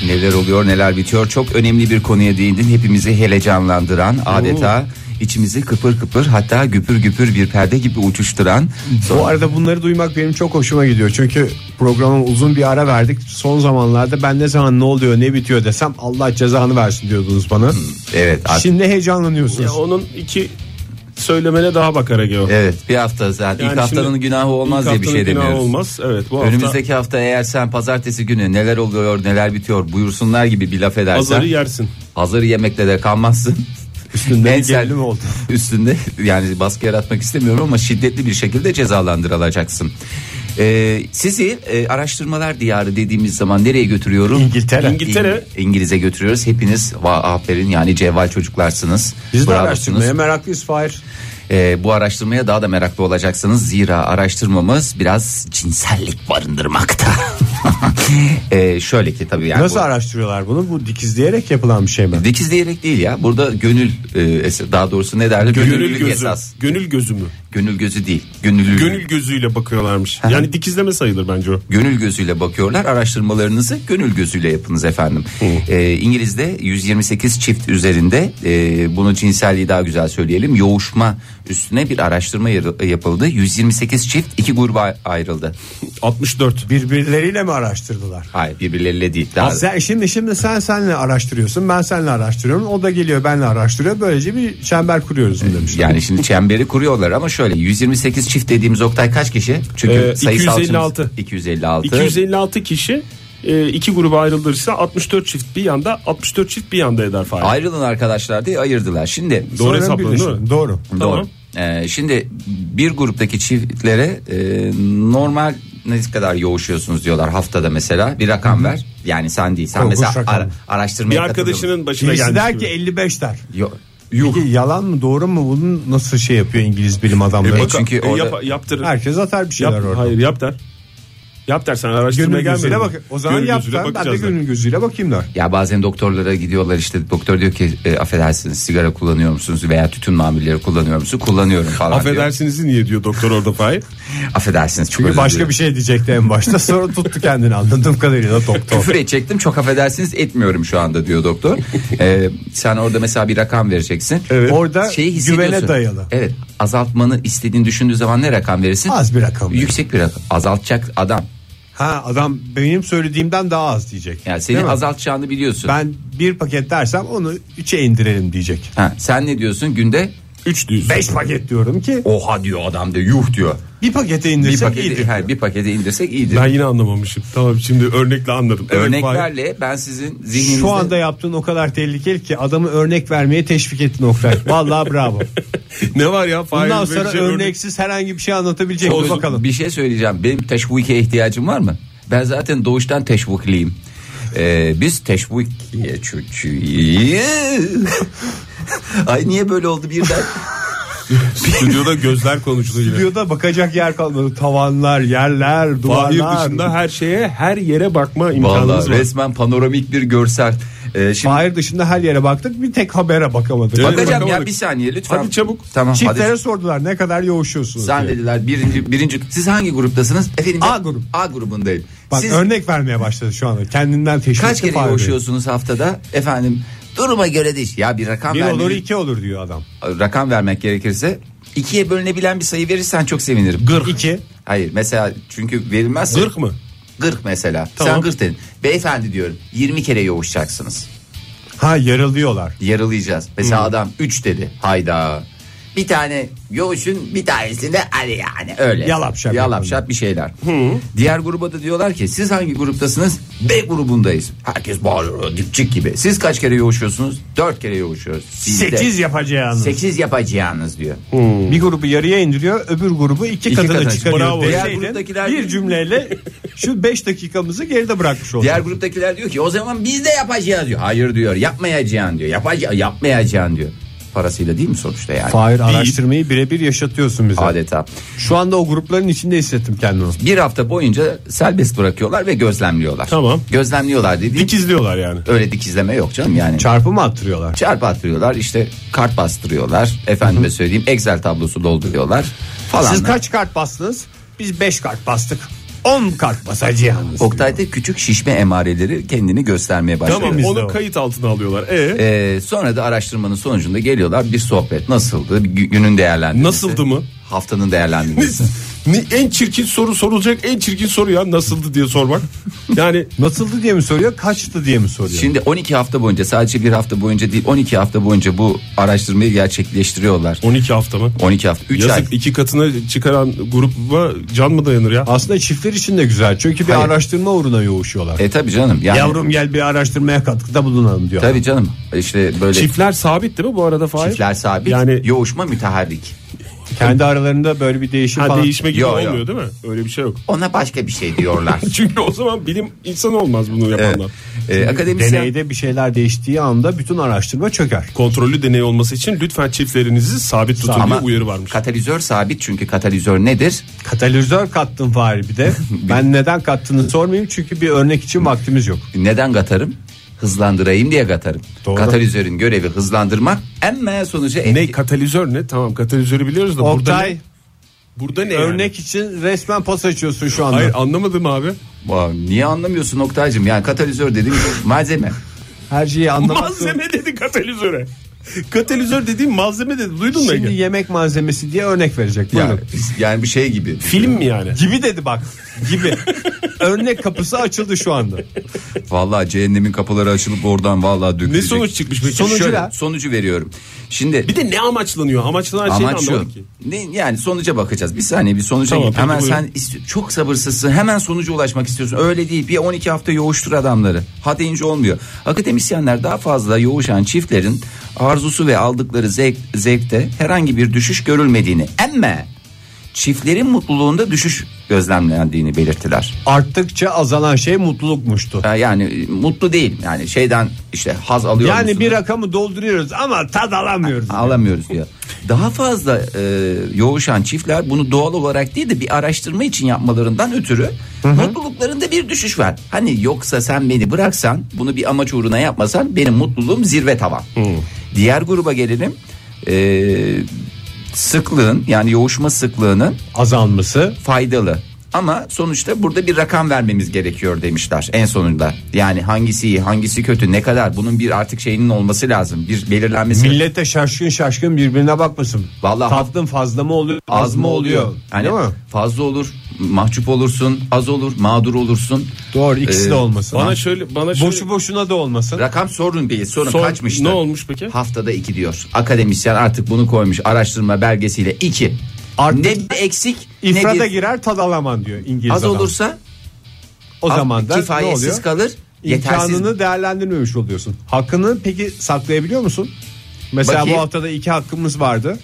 Speaker 4: Neler oluyor neler bitiyor çok önemli bir konuya değindin hepimizi helecanlandıran adeta içimizi kıpır kıpır hatta güpür güpür bir perde gibi uçuşturan
Speaker 3: Bu arada bunları duymak benim çok hoşuma gidiyor. Çünkü programa uzun bir ara verdik. Son zamanlarda ben ne zaman ne oluyor ne bitiyor desem Allah cezanı versin diyordunuz bana.
Speaker 4: evet artık-
Speaker 3: Şimdi heyecanlanıyorsunuz.
Speaker 5: Ya onun iki söylemene daha bakar Ege o.
Speaker 4: evet bir hafta zaten
Speaker 5: Yani
Speaker 4: ilk E, haftanın
Speaker 5: şimdi
Speaker 4: günahı olmaz
Speaker 5: İlk
Speaker 4: diye bir şey
Speaker 5: haftanın günahı
Speaker 4: demiyoruz.
Speaker 5: olmaz. Evet bu hafta
Speaker 4: Önümüzdeki hafta eğer sen pazartesi günü neler oluyor neler bitiyor buyursunlar gibi bir laf edersen
Speaker 5: azarı yersin.
Speaker 4: hazır yemekle de kalmazsın.
Speaker 3: Üstünde bir
Speaker 4: Mental-
Speaker 3: gerilim oldu.
Speaker 4: Üstünde yani baskı yaratmak istemiyorum ama şiddetli bir şekilde cezalandırılacaksın. Ee, sizi e, araştırmalar diyarı dediğimiz zaman nereye götürüyorum?
Speaker 3: İngiltere.
Speaker 5: İngiltere.
Speaker 4: İng- İngiliz'e götürüyoruz. Hepiniz va- aferin yani cevval çocuklarsınız.
Speaker 3: Biz de
Speaker 4: Bravosunuz.
Speaker 3: araştırmaya meraklıyız Fahir.
Speaker 4: Ee, bu araştırmaya daha da meraklı olacaksınız. Zira araştırmamız biraz cinsellik barındırmakta. Ee, şöyle ki tabii yani
Speaker 3: Nasıl
Speaker 4: bu-
Speaker 3: araştırıyorlar bunu? Bu dikizleyerek yapılan bir şey mi?
Speaker 4: Dikizleyerek değil ya. Burada gönül e, eser- daha doğrusu ne derler?
Speaker 5: Gönül
Speaker 4: Gönüllülük
Speaker 5: gözü.
Speaker 4: esas.
Speaker 5: Gönül gözü mü?
Speaker 4: Gönül gözü değil. Gönüllülük.
Speaker 5: Gönül gözüyle bakıyorlarmış. Yani dikizleme sayılır bence o.
Speaker 4: gönül gözüyle bakıyorlar. Araştırmalarınızı gönül gözüyle yapınız efendim. Ee, İngiliz'de 128 çift üzerinde e, bunu cinselliği daha güzel söyleyelim. Yoğuşma üstüne bir araştırma yarı- yapıldı. 128 çift iki gruba ayrıldı.
Speaker 5: 64.
Speaker 3: Birbirleriyle mi araştırdılar?
Speaker 4: Hayır birbirleriyle değil. Daha,
Speaker 3: Ha, sen- şimdi şimdi sen senle araştırıyorsun, ben senle araştırıyorum. O da geliyor benle araştırıyor. Böylece bir çember kuruyoruz mu demişler.
Speaker 4: yani şimdi çemberi kuruyorlar ama şöyle 128 çift dediğimiz Oktay kaç kişi? Çünkü
Speaker 5: Ee,
Speaker 4: sayısalçımız-
Speaker 5: 256.
Speaker 4: 256.
Speaker 5: 256 kişi e, iki gruba ayrılırsa 64 çift bir yanda 64 çift bir yanda eder Fahir.
Speaker 4: Ayrılın arkadaşlar diye ayırdılar. Şimdi
Speaker 5: Doğru
Speaker 3: Sonra
Speaker 5: hesapladın değil
Speaker 3: birleşiyor.
Speaker 5: mi?
Speaker 3: Doğru.
Speaker 5: Tamam.
Speaker 4: Doğru. Ee, şimdi bir gruptaki çiftlere e, normal ne kadar yoğuşuyorsunuz diyorlar haftada mesela bir rakam ver. Yani sen değil sen
Speaker 3: Korkunç
Speaker 4: mesela
Speaker 3: rakam.
Speaker 4: ara- araştırmaya
Speaker 5: Bir
Speaker 4: katılıyor
Speaker 5: arkadaşının başına
Speaker 3: Birisi
Speaker 5: gelmiş.
Speaker 3: der
Speaker 5: gibi.
Speaker 3: ki 55 der.
Speaker 4: musun? Yo-
Speaker 3: Peki yalan mı doğru mu bunun nasıl şey yapıyor İngiliz bilim adamları?
Speaker 5: Bak-
Speaker 4: çünkü
Speaker 5: e,
Speaker 4: orada-
Speaker 5: yap, yaptırın.
Speaker 3: Herkes atar bir şeyler
Speaker 5: Yap-
Speaker 3: orada.
Speaker 5: hayır yap der. Yap der sen araştırmaya
Speaker 3: Gönül gözüyle
Speaker 5: gelmedin.
Speaker 3: bak. O zaman
Speaker 5: Gönül
Speaker 3: yap
Speaker 5: gözüyle
Speaker 3: sen, ben de
Speaker 5: bakacağız der.
Speaker 3: gönül gözüyle bakayım der.
Speaker 4: Ya bazen doktorlara gidiyorlar işte doktor diyor ki e, affedersiniz sigara kullanıyor musunuz veya tütün mamulleri kullanıyor musunuz? Kullanıyorum falan diyor.
Speaker 5: Affedersiniz niye diyor doktor orada Fahir.
Speaker 4: Affedersiniz. Çok
Speaker 3: Çünkü
Speaker 4: özür
Speaker 3: başka
Speaker 4: dilerim.
Speaker 3: bir şey diyecekti en başta. Sonra tuttu kendini anladığım kadarıyla doktor.
Speaker 4: Küfür edecektim çok affedersiniz etmiyorum şu anda diyor doktor. Ee, sen orada mesela bir rakam vereceksin.
Speaker 3: Orada
Speaker 4: Şeyi hissediyorsun.
Speaker 3: Şey güvene dayalı.
Speaker 4: Evet azaltmanı istediğini düşündüğü zaman ne rakam verirsin?
Speaker 3: Az bir rakam.
Speaker 4: Yüksek bir rakam. Azaltacak adam.
Speaker 3: Ha adam benim söylediğimden daha az diyecek.
Speaker 4: Yani seni
Speaker 3: Değil mi?
Speaker 4: azaltacağını biliyorsun.
Speaker 3: Ben bir paket dersem onu 3'e indirelim diyecek.
Speaker 4: Ha, sen ne diyorsun günde?
Speaker 5: 3 diyorsun.
Speaker 3: 5 paket diyorum ki
Speaker 4: Oha diyor adam de yuh diyor.
Speaker 3: bir pakete
Speaker 4: Bir
Speaker 3: indirsek
Speaker 4: paketi,
Speaker 3: iyidir.
Speaker 4: ha, bir paketi indirsek iyidir.
Speaker 5: Ben yine anlamamışım. Tamam şimdi örnekle anladım. Evet, Fahir.
Speaker 4: Örneklerle ben sizin zihninizde...
Speaker 3: Şu anda yaptığın o kadar tehlikeli ki adamı örnek vermeye teşvik ettin Oktay. Vallahi bravo.
Speaker 5: ne var ya Fahir?
Speaker 3: Bundan sonra
Speaker 5: vereceğin örnek-
Speaker 3: örneksiz herhangi bir şey anlatabilecek mi
Speaker 4: Olsun,
Speaker 3: bakalım.
Speaker 4: Bir şey söyleyeceğim. Benim teşvike ihtiyacım var mı? Ben zaten doğuştan teşvikliyim. Ee, biz teşvikiye çocuğuyuz. Ay niye böyle oldu birden?
Speaker 5: Stüdyoda gözler konuştu yine.
Speaker 3: Stüdyoda bakacak yer kalmadı. Tavanlar, yerler,
Speaker 5: Fahir
Speaker 3: duvarlar.
Speaker 5: dışında her şeye her yere bakma imkanınız
Speaker 4: Vallahi
Speaker 5: var.
Speaker 4: resmen panoramik bir görsel. Ee, şimdi
Speaker 3: Fahir dışında her yere baktık. Bir tek habere bakamadık.
Speaker 5: şey- Evet.
Speaker 4: bakacağım ya
Speaker 5: bakamadık.
Speaker 4: bir saniye lütfen.
Speaker 5: Hadi çabuk.
Speaker 4: Tamam
Speaker 3: Çiftlere
Speaker 4: hadi.
Speaker 3: sordular ne kadar yoğuşuyorsunuz.
Speaker 4: Sen
Speaker 3: diye.
Speaker 4: dediler birinci, birinci siz hangi gruptasınız? Efendim ben
Speaker 3: A grubu.
Speaker 4: A grubundayım.
Speaker 3: Bak
Speaker 4: siz
Speaker 3: örnek vermeye başladı şu anda. Kendinden teşvik
Speaker 4: kaç kere yoğuşuyorsunuz haftada? Efendim duruma göre değil. Ya bir rakam
Speaker 3: Bir
Speaker 4: vermeli-
Speaker 3: olur iki olur diyor adam.
Speaker 4: rakam vermek gerekirse ikiye bölünebilen bir sayı verirsen çok sevinirim.
Speaker 3: İki.
Speaker 4: Hayır mesela çünkü verilmezse
Speaker 5: Gırk mı?
Speaker 4: Gırk mesela. Sen gırk dedin. Beyefendi diyorum 20 kere yoğuşacaksınız.
Speaker 3: Ha yaralıyorlar.
Speaker 4: Yaralayacağız.
Speaker 5: Hmm.
Speaker 4: Mesela adam 3 dedi. Hayda. Bir tane yoğuşun bir tanesinde hani yani öyle.
Speaker 3: Yalapşap
Speaker 4: Yalapşap bir şeyler. Diğer gruba da diyorlar ki siz hangi gruptasınız? B grubundayız. Herkes bağırıyor dipçik gibi. Siz kaç kere yoğuşuyorsunuz? 4 kere yoğuşuyoruz. Sizde
Speaker 3: Sekiz yapacağınız.
Speaker 4: 8 yapacağınız diyor.
Speaker 5: Hmm.
Speaker 3: Bir grubu yarıya indiriyor öbür grubu iki,
Speaker 4: İki
Speaker 3: katına
Speaker 4: katına
Speaker 3: çıkarıyor.
Speaker 4: bravo. Diğer
Speaker 3: deseydin,
Speaker 4: gruptakiler-
Speaker 3: bir cümleyle şu beş dakikamızı geride bırakmış olduk.
Speaker 4: Diğer gruptakiler diyor ki o zaman biz de yapacağız diyor. Hayır diyor yapmayacağım diyor. Yapaca yapmayacağım diyor. Parasıyla değil mi sonuçta yani?
Speaker 3: Fahir araştırmayı birebir yaşatıyorsun bize.
Speaker 4: Adeta.
Speaker 3: Şu anda o grupların içinde hissettim kendimi.
Speaker 4: Bir hafta boyunca serbest bırakıyorlar ve gözlemliyorlar.
Speaker 5: Tamam.
Speaker 4: Gözlemliyorlar dediğim
Speaker 5: Dikizliyorlar yani.
Speaker 4: öyle dikizleme yok canım yani.
Speaker 3: Çarpı mı attırıyorlar?
Speaker 4: Çarp attırıyorlar işte kart bastırıyorlar. Efendime söyleyeyim Excel tablosu dolduruyorlar falan.
Speaker 3: Siz kaç kart bastınız? Biz 5 kart bastık. 10 kart basacağız.
Speaker 4: Oktay'da küçük şişme emareleri kendini göstermeye başlıyor.
Speaker 5: Tamam
Speaker 3: Bizde
Speaker 5: onu
Speaker 3: var.
Speaker 5: kayıt altına alıyorlar. E
Speaker 4: Ee, sonra da araştırmanın sonucunda geliyorlar bir sohbet nasıldı Bir gü- günün değerlendirmesi.
Speaker 5: Nasıldı mı?
Speaker 4: Haftanın değerlendirmesi.
Speaker 5: ne- en çirkin soru sorulacak en çirkin soru ya nasıldı diye sormak. Yani
Speaker 3: Nasıldı diye mi soruyor, kaçtı diye mi soruyor?
Speaker 4: Şimdi 12 hafta boyunca sadece bir hafta boyunca değil 12 hafta boyunca bu araştırmayı gerçekleştiriyorlar.
Speaker 5: 12 hafta mı?
Speaker 4: 12 hafta 3 ay.
Speaker 5: Yazık iki katına çıkaran gruba can mı dayanır ya?
Speaker 3: Aslında çiftler için de güzel. Çünkü bir
Speaker 4: Hayır.
Speaker 3: araştırma uğruna yoğuşuyorlar.
Speaker 4: E tabi canım. Yani,
Speaker 3: Yavrum gel bir araştırmaya katkıda bulunalım diyor.
Speaker 4: Tabi canım. İşte böyle
Speaker 5: Çiftler sabit değil mi bu arada Fahir?
Speaker 4: çiftler sabit.
Speaker 5: Yani-
Speaker 4: yoğuşma müteharrik.
Speaker 3: Kendi aralarında böyle bir değişim
Speaker 5: Ha,
Speaker 3: falan.
Speaker 5: değişme gibi
Speaker 4: Yok, yok.
Speaker 5: olmuyor değil mi? Öyle bir şey yok.
Speaker 4: Ona başka bir şey diyorlar.
Speaker 5: Çünkü o zaman bilim insanı olmaz bunu yapanlar.
Speaker 4: e, akademisyen
Speaker 3: Deneyde bir şeyler değiştiği anda bütün araştırma çöker.
Speaker 5: Kontrollü deney olması için lütfen çiftlerinizi sabit tutun diye
Speaker 4: ama
Speaker 5: uyarı varmış.
Speaker 4: katalizör sabit çünkü katalizör nedir?
Speaker 3: Katalizör kattın Fahri bir de. ben neden kattığını sormayayım çünkü bir örnek için vaktimiz yok.
Speaker 4: Neden katarım? Hızlandırayım diye katarım.
Speaker 3: Doğru.
Speaker 4: Katalizörün görevi hızlandırmak ama sonucu etki.
Speaker 5: Ne katalizör ne? Tamam katalizörü biliyoruz da burada
Speaker 3: Oktay
Speaker 5: ne? Burada ne? yani?
Speaker 3: örnek için resmen pas açıyorsun şu anda.
Speaker 5: Hayır anlamadım abi.
Speaker 4: Vay, Niye anlamıyorsun Oktay'cım? Yani katalizör dediğim bir malzeme.
Speaker 3: Her şeyi anlamak zor.
Speaker 5: Malzeme dedi katalizöre. Katalizör dediğim malzeme dedi. Duydun mu
Speaker 3: Şimdi
Speaker 5: Ege?
Speaker 3: yemek malzemesi diye örnek verecek. Buyurun.
Speaker 4: Yani, yani bir şey gibi.
Speaker 5: Film mi yani?
Speaker 3: Gibi dedi bak. Gibi. örnek kapısı açıldı şu anda.
Speaker 4: Vallahi cehennemin kapıları açılıp oradan vallahi dökülecek.
Speaker 5: Ne sonuç çıkmış peki?
Speaker 3: Sonucu
Speaker 4: Şöyle,
Speaker 3: ver.
Speaker 4: sonucu veriyorum. Şimdi
Speaker 5: Bir de ne amaçlanıyor? Amaçlanan şeyi
Speaker 4: Amaç şu.
Speaker 5: anlamadım ki.
Speaker 4: Ne, yani sonuca bakacağız. Bir saniye bir sonuca
Speaker 5: Tamam,
Speaker 4: git.
Speaker 5: peki,
Speaker 4: Hemen
Speaker 5: buyurun.
Speaker 4: sen isti- çok sabırsızsın. Hemen sonuca ulaşmak istiyorsun. Öyle değil. Bir 12 hafta yoğuştur adamları. Ha deyince olmuyor. Akademisyenler daha fazla yoğuşan çiftlerin arzusu ve aldıkları zevk, zevkte herhangi bir düşüş görülmediğini. Ama çiftlerin mutluluğunda düşüş gözlemlendiğini belirttiler.
Speaker 3: Arttıkça azalan şey mutlulukmuştu.
Speaker 4: Ee, Yani e, mutlu değil. Yani şeyden işte haz alıyor
Speaker 3: Yani
Speaker 4: musun?
Speaker 3: bir rakamı dolduruyoruz ama tad alamıyoruz.
Speaker 4: alamıyoruz diyor. Daha fazla e, yoğuşan çiftler bunu doğal olarak değil de bir araştırma için yapmalarından ötürü mutluluklarında bir düşüş var. Hani yoksa sen beni bıraksan bunu bir amaç uğruna yapmasan benim mutluluğum zirve tavan. Diğer gruba gelelim. E, sıklığın yani yoğuşma sıklığının
Speaker 3: Azalması
Speaker 4: faydalı. Ama sonuçta burada bir rakam vermemiz gerekiyor demişler en sonunda. Yani hangisi iyi hangisi kötü ne kadar bunun bir artık şeyinin olması lazım. Bir belirlenmesi
Speaker 3: millete şaşkın şaşkın birbirine bakmasın.
Speaker 4: Vallahi-
Speaker 3: Tatlın fazla mı oluyor
Speaker 4: az mı oluyor? Hani
Speaker 3: Değil mi?
Speaker 4: fazla olur, mahcup olursun, az olur, mağdur olursun.
Speaker 3: Doğru ikisi
Speaker 4: Ee,
Speaker 3: de olmasın.
Speaker 5: Bana şöyle bana şöyle
Speaker 3: Boşu boşuna da olmasın.
Speaker 4: Rakam sorun değil, sorun
Speaker 5: Sor-
Speaker 4: kaçmıştı?
Speaker 5: Ne olmuş peki?
Speaker 4: Haftada iki diyor. Akademisyen artık bunu koymuş araştırma belgesiyle iki.
Speaker 3: Artık
Speaker 4: ne bir eksik ne
Speaker 3: İfrada
Speaker 4: bir
Speaker 3: girer tad alaman diyor İngiliz
Speaker 4: az
Speaker 3: adam.
Speaker 4: olursa
Speaker 3: o
Speaker 4: az-
Speaker 3: zaman da ne
Speaker 4: kifayetsiz
Speaker 3: oluyor?
Speaker 4: kalır. Yetersiz.
Speaker 3: İmkanını değerlendirmemiş oluyorsun. Hakkını peki saklayabiliyor musun? Mesela
Speaker 4: Bakayım.
Speaker 3: bu haftada iki hakkımız vardı.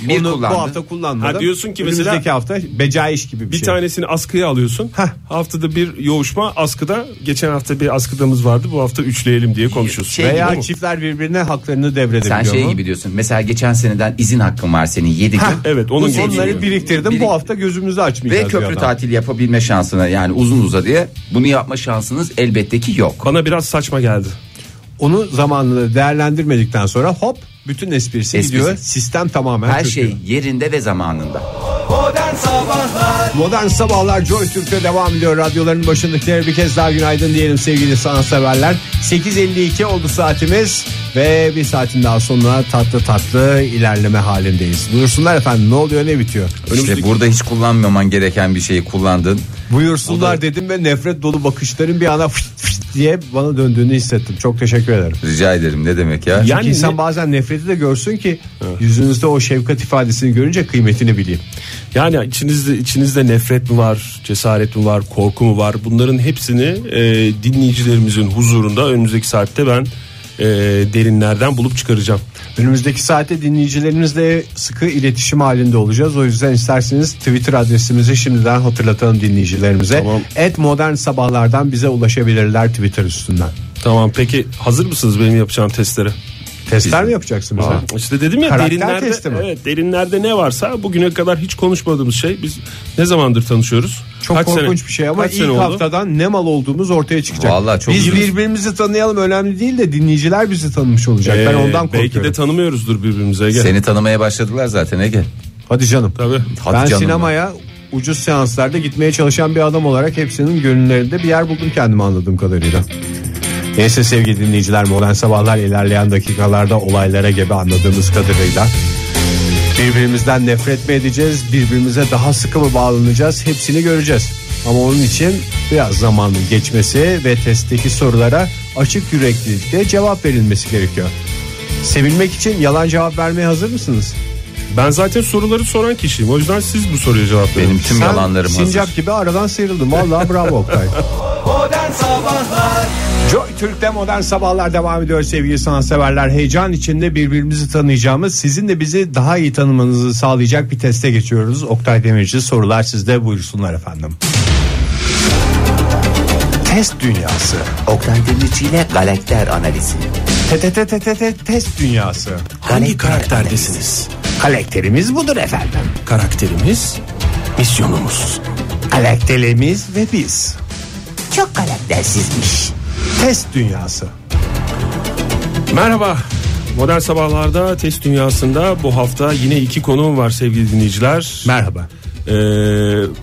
Speaker 4: Bir
Speaker 3: Onu
Speaker 4: kullandı.
Speaker 3: Bu hafta kullanmadım.
Speaker 5: Ha, diyorsun ki
Speaker 3: Önümüzdeki
Speaker 5: mesela-
Speaker 3: hafta becaiş gibi bir,
Speaker 5: Bir
Speaker 3: şey.
Speaker 5: tanesini askıya alıyorsun.
Speaker 3: Heh.
Speaker 5: Haftada bir yoğuşma askıda. Geçen hafta bir askıdamız vardı. Bu hafta üçleyelim diye konuşuyorsun.
Speaker 4: Şey
Speaker 5: Bu
Speaker 3: Veya
Speaker 5: mu?
Speaker 3: çiftler birbirine haklarını devredebiliyor
Speaker 4: Sen şey
Speaker 3: mu?
Speaker 4: gibi diyorsun. Mesela geçen seneden izin hakkın var senin 7 gün.
Speaker 5: evet onun
Speaker 4: Bu
Speaker 5: gibi.
Speaker 3: Onları biriktirdim
Speaker 4: Birik-
Speaker 3: bu hafta gözümüzü
Speaker 4: Ve
Speaker 3: açmayacağız.
Speaker 4: köprü
Speaker 3: diyor adam.
Speaker 4: tatili yapabilme şansına yani uzun uzadıya bunu yapma şansınız elbette ki yok.
Speaker 5: Bana biraz saçma geldi.
Speaker 3: Onu zamanını değerlendirmedikten sonra hop bütün esprisi,
Speaker 4: Esprisi.
Speaker 3: gidiyor. Sistem tamamen
Speaker 4: Her
Speaker 3: çöküyor.
Speaker 4: şey yerinde ve zamanında.
Speaker 2: Modern Sabahlar
Speaker 3: Modern Sabahlar Joy Türk'te devam ediyor. Radyoların başındakileri bir kez daha günaydın diyelim sevgili sanatseverler. 8.52 oldu saatimiz ve bir saatin daha sonuna tatlı tatlı ilerleme halindeyiz. Buyursunlar efendim ne oluyor ne bitiyor?
Speaker 4: İşte burada hiç kullanmaman gereken bir şeyi kullandın.
Speaker 3: Buyursunlar dedim ve nefret dolu bakışların bir anda fışt fışt diye bana döndüğünü hissettim. Çok teşekkür ederim.
Speaker 4: Rica ederim ne demek ya?
Speaker 5: Ya-
Speaker 3: Yani
Speaker 5: Yani
Speaker 3: insan
Speaker 5: ne-
Speaker 3: bazen nefreti de görsün ki yüzünüzde o şefkat ifadesini görünce kıymetini bileyim.
Speaker 5: Yani içinizde içinizde nefret mi var, cesaret mi var, korku mu var? Bunların hepsini e, dinleyicilerimizin huzurunda önümüzdeki saatte ben e, derinlerden bulup çıkaracağım.
Speaker 3: Önümüzdeki saatte dinleyicilerimizle sıkı iletişim halinde olacağız. O yüzden isterseniz Twitter adresimizi şimdiden hatırlatalım dinleyicilerimize.
Speaker 5: Tamam.
Speaker 3: Et modern sabahlardan bize ulaşabilirler Twitter üstünden.
Speaker 5: Tamam peki hazır mısınız benim yapacağım testlere?
Speaker 3: Testler mi yapacaksın bize?
Speaker 5: İşte dedim ya
Speaker 3: Karakter testi
Speaker 5: derinlerde
Speaker 3: mi?
Speaker 5: evet derinlerde ne varsa bugüne kadar hiç konuşmadığımız şey biz ne zamandır tanışıyoruz?
Speaker 3: Çok
Speaker 5: Kaç sene-
Speaker 3: korkunç bir şey ama
Speaker 5: kaç
Speaker 3: ilk
Speaker 5: sene oldu?
Speaker 3: haftadan ne mal olduğumuz ortaya çıkacak.
Speaker 4: Vallahi çok
Speaker 3: Biz
Speaker 4: iyi.
Speaker 3: birbirimizi tanıyalım önemli değil de dinleyiciler bizi tanımış olacak. ben
Speaker 5: Ee,
Speaker 3: ondan
Speaker 5: Belki
Speaker 3: korkuyorum.
Speaker 5: de tanımıyoruzdur birbirimize. Ege.
Speaker 4: Seni tanımaya başladılar zaten Ege.
Speaker 3: Hadi canım.
Speaker 5: Tabii.
Speaker 4: Hadi
Speaker 3: ben
Speaker 4: canım.
Speaker 3: sinemaya ucuz seanslarda gitmeye çalışan bir adam olarak hepsinin gönüllerinde bir yer buldum kendimi anladığım kadarıyla. Neyse sevgili dinleyiciler modern sabahlar ilerleyen dakikalarda olaylara gebe anladığımız kadarıyla birbirimizden nefret mi edeceğiz birbirimize daha sıkı mı bağlanacağız hepsini göreceğiz. Ama onun için biraz zamanın geçmesi ve testteki sorulara açık yüreklilikle cevap verilmesi gerekiyor. Sevilmek için yalan cevap vermeye hazır mısınız?
Speaker 5: Ben zaten soruları soran kişiyim. O yüzden siz bu soruya cevap verin.
Speaker 4: Benim tüm
Speaker 3: Sen
Speaker 4: yalanlarım
Speaker 3: sincap
Speaker 4: hazır.
Speaker 3: gibi aradan sıyrıldın. Vallahi bravo Oktay.
Speaker 2: Modern Sabahlar
Speaker 3: Joy Türk'te modern sabahlar devam ediyor sevgili sanatseverler. Heyecan içinde birbirimizi tanıyacağımız, sizin de bizi daha iyi tanımanızı sağlayacak bir teste geçiyoruz. Oktay Demirci sorular sizde buyursunlar efendim. Test dünyası.
Speaker 4: Oktay Demirci ile Galakter analizi.
Speaker 3: TTTTT test dünyası.
Speaker 7: Hangi karakterdesiniz?
Speaker 3: Karakterimiz budur efendim.
Speaker 7: Karakterimiz, misyonumuz.
Speaker 3: Karakterimiz ve biz.
Speaker 6: Çok karaktersizmiş.
Speaker 3: Test dünyası.
Speaker 5: Merhaba. Modern Sabahlar'da Test Dünyası'nda bu hafta yine iki konuğum var sevgili dinleyiciler.
Speaker 3: Merhaba.
Speaker 5: Ee,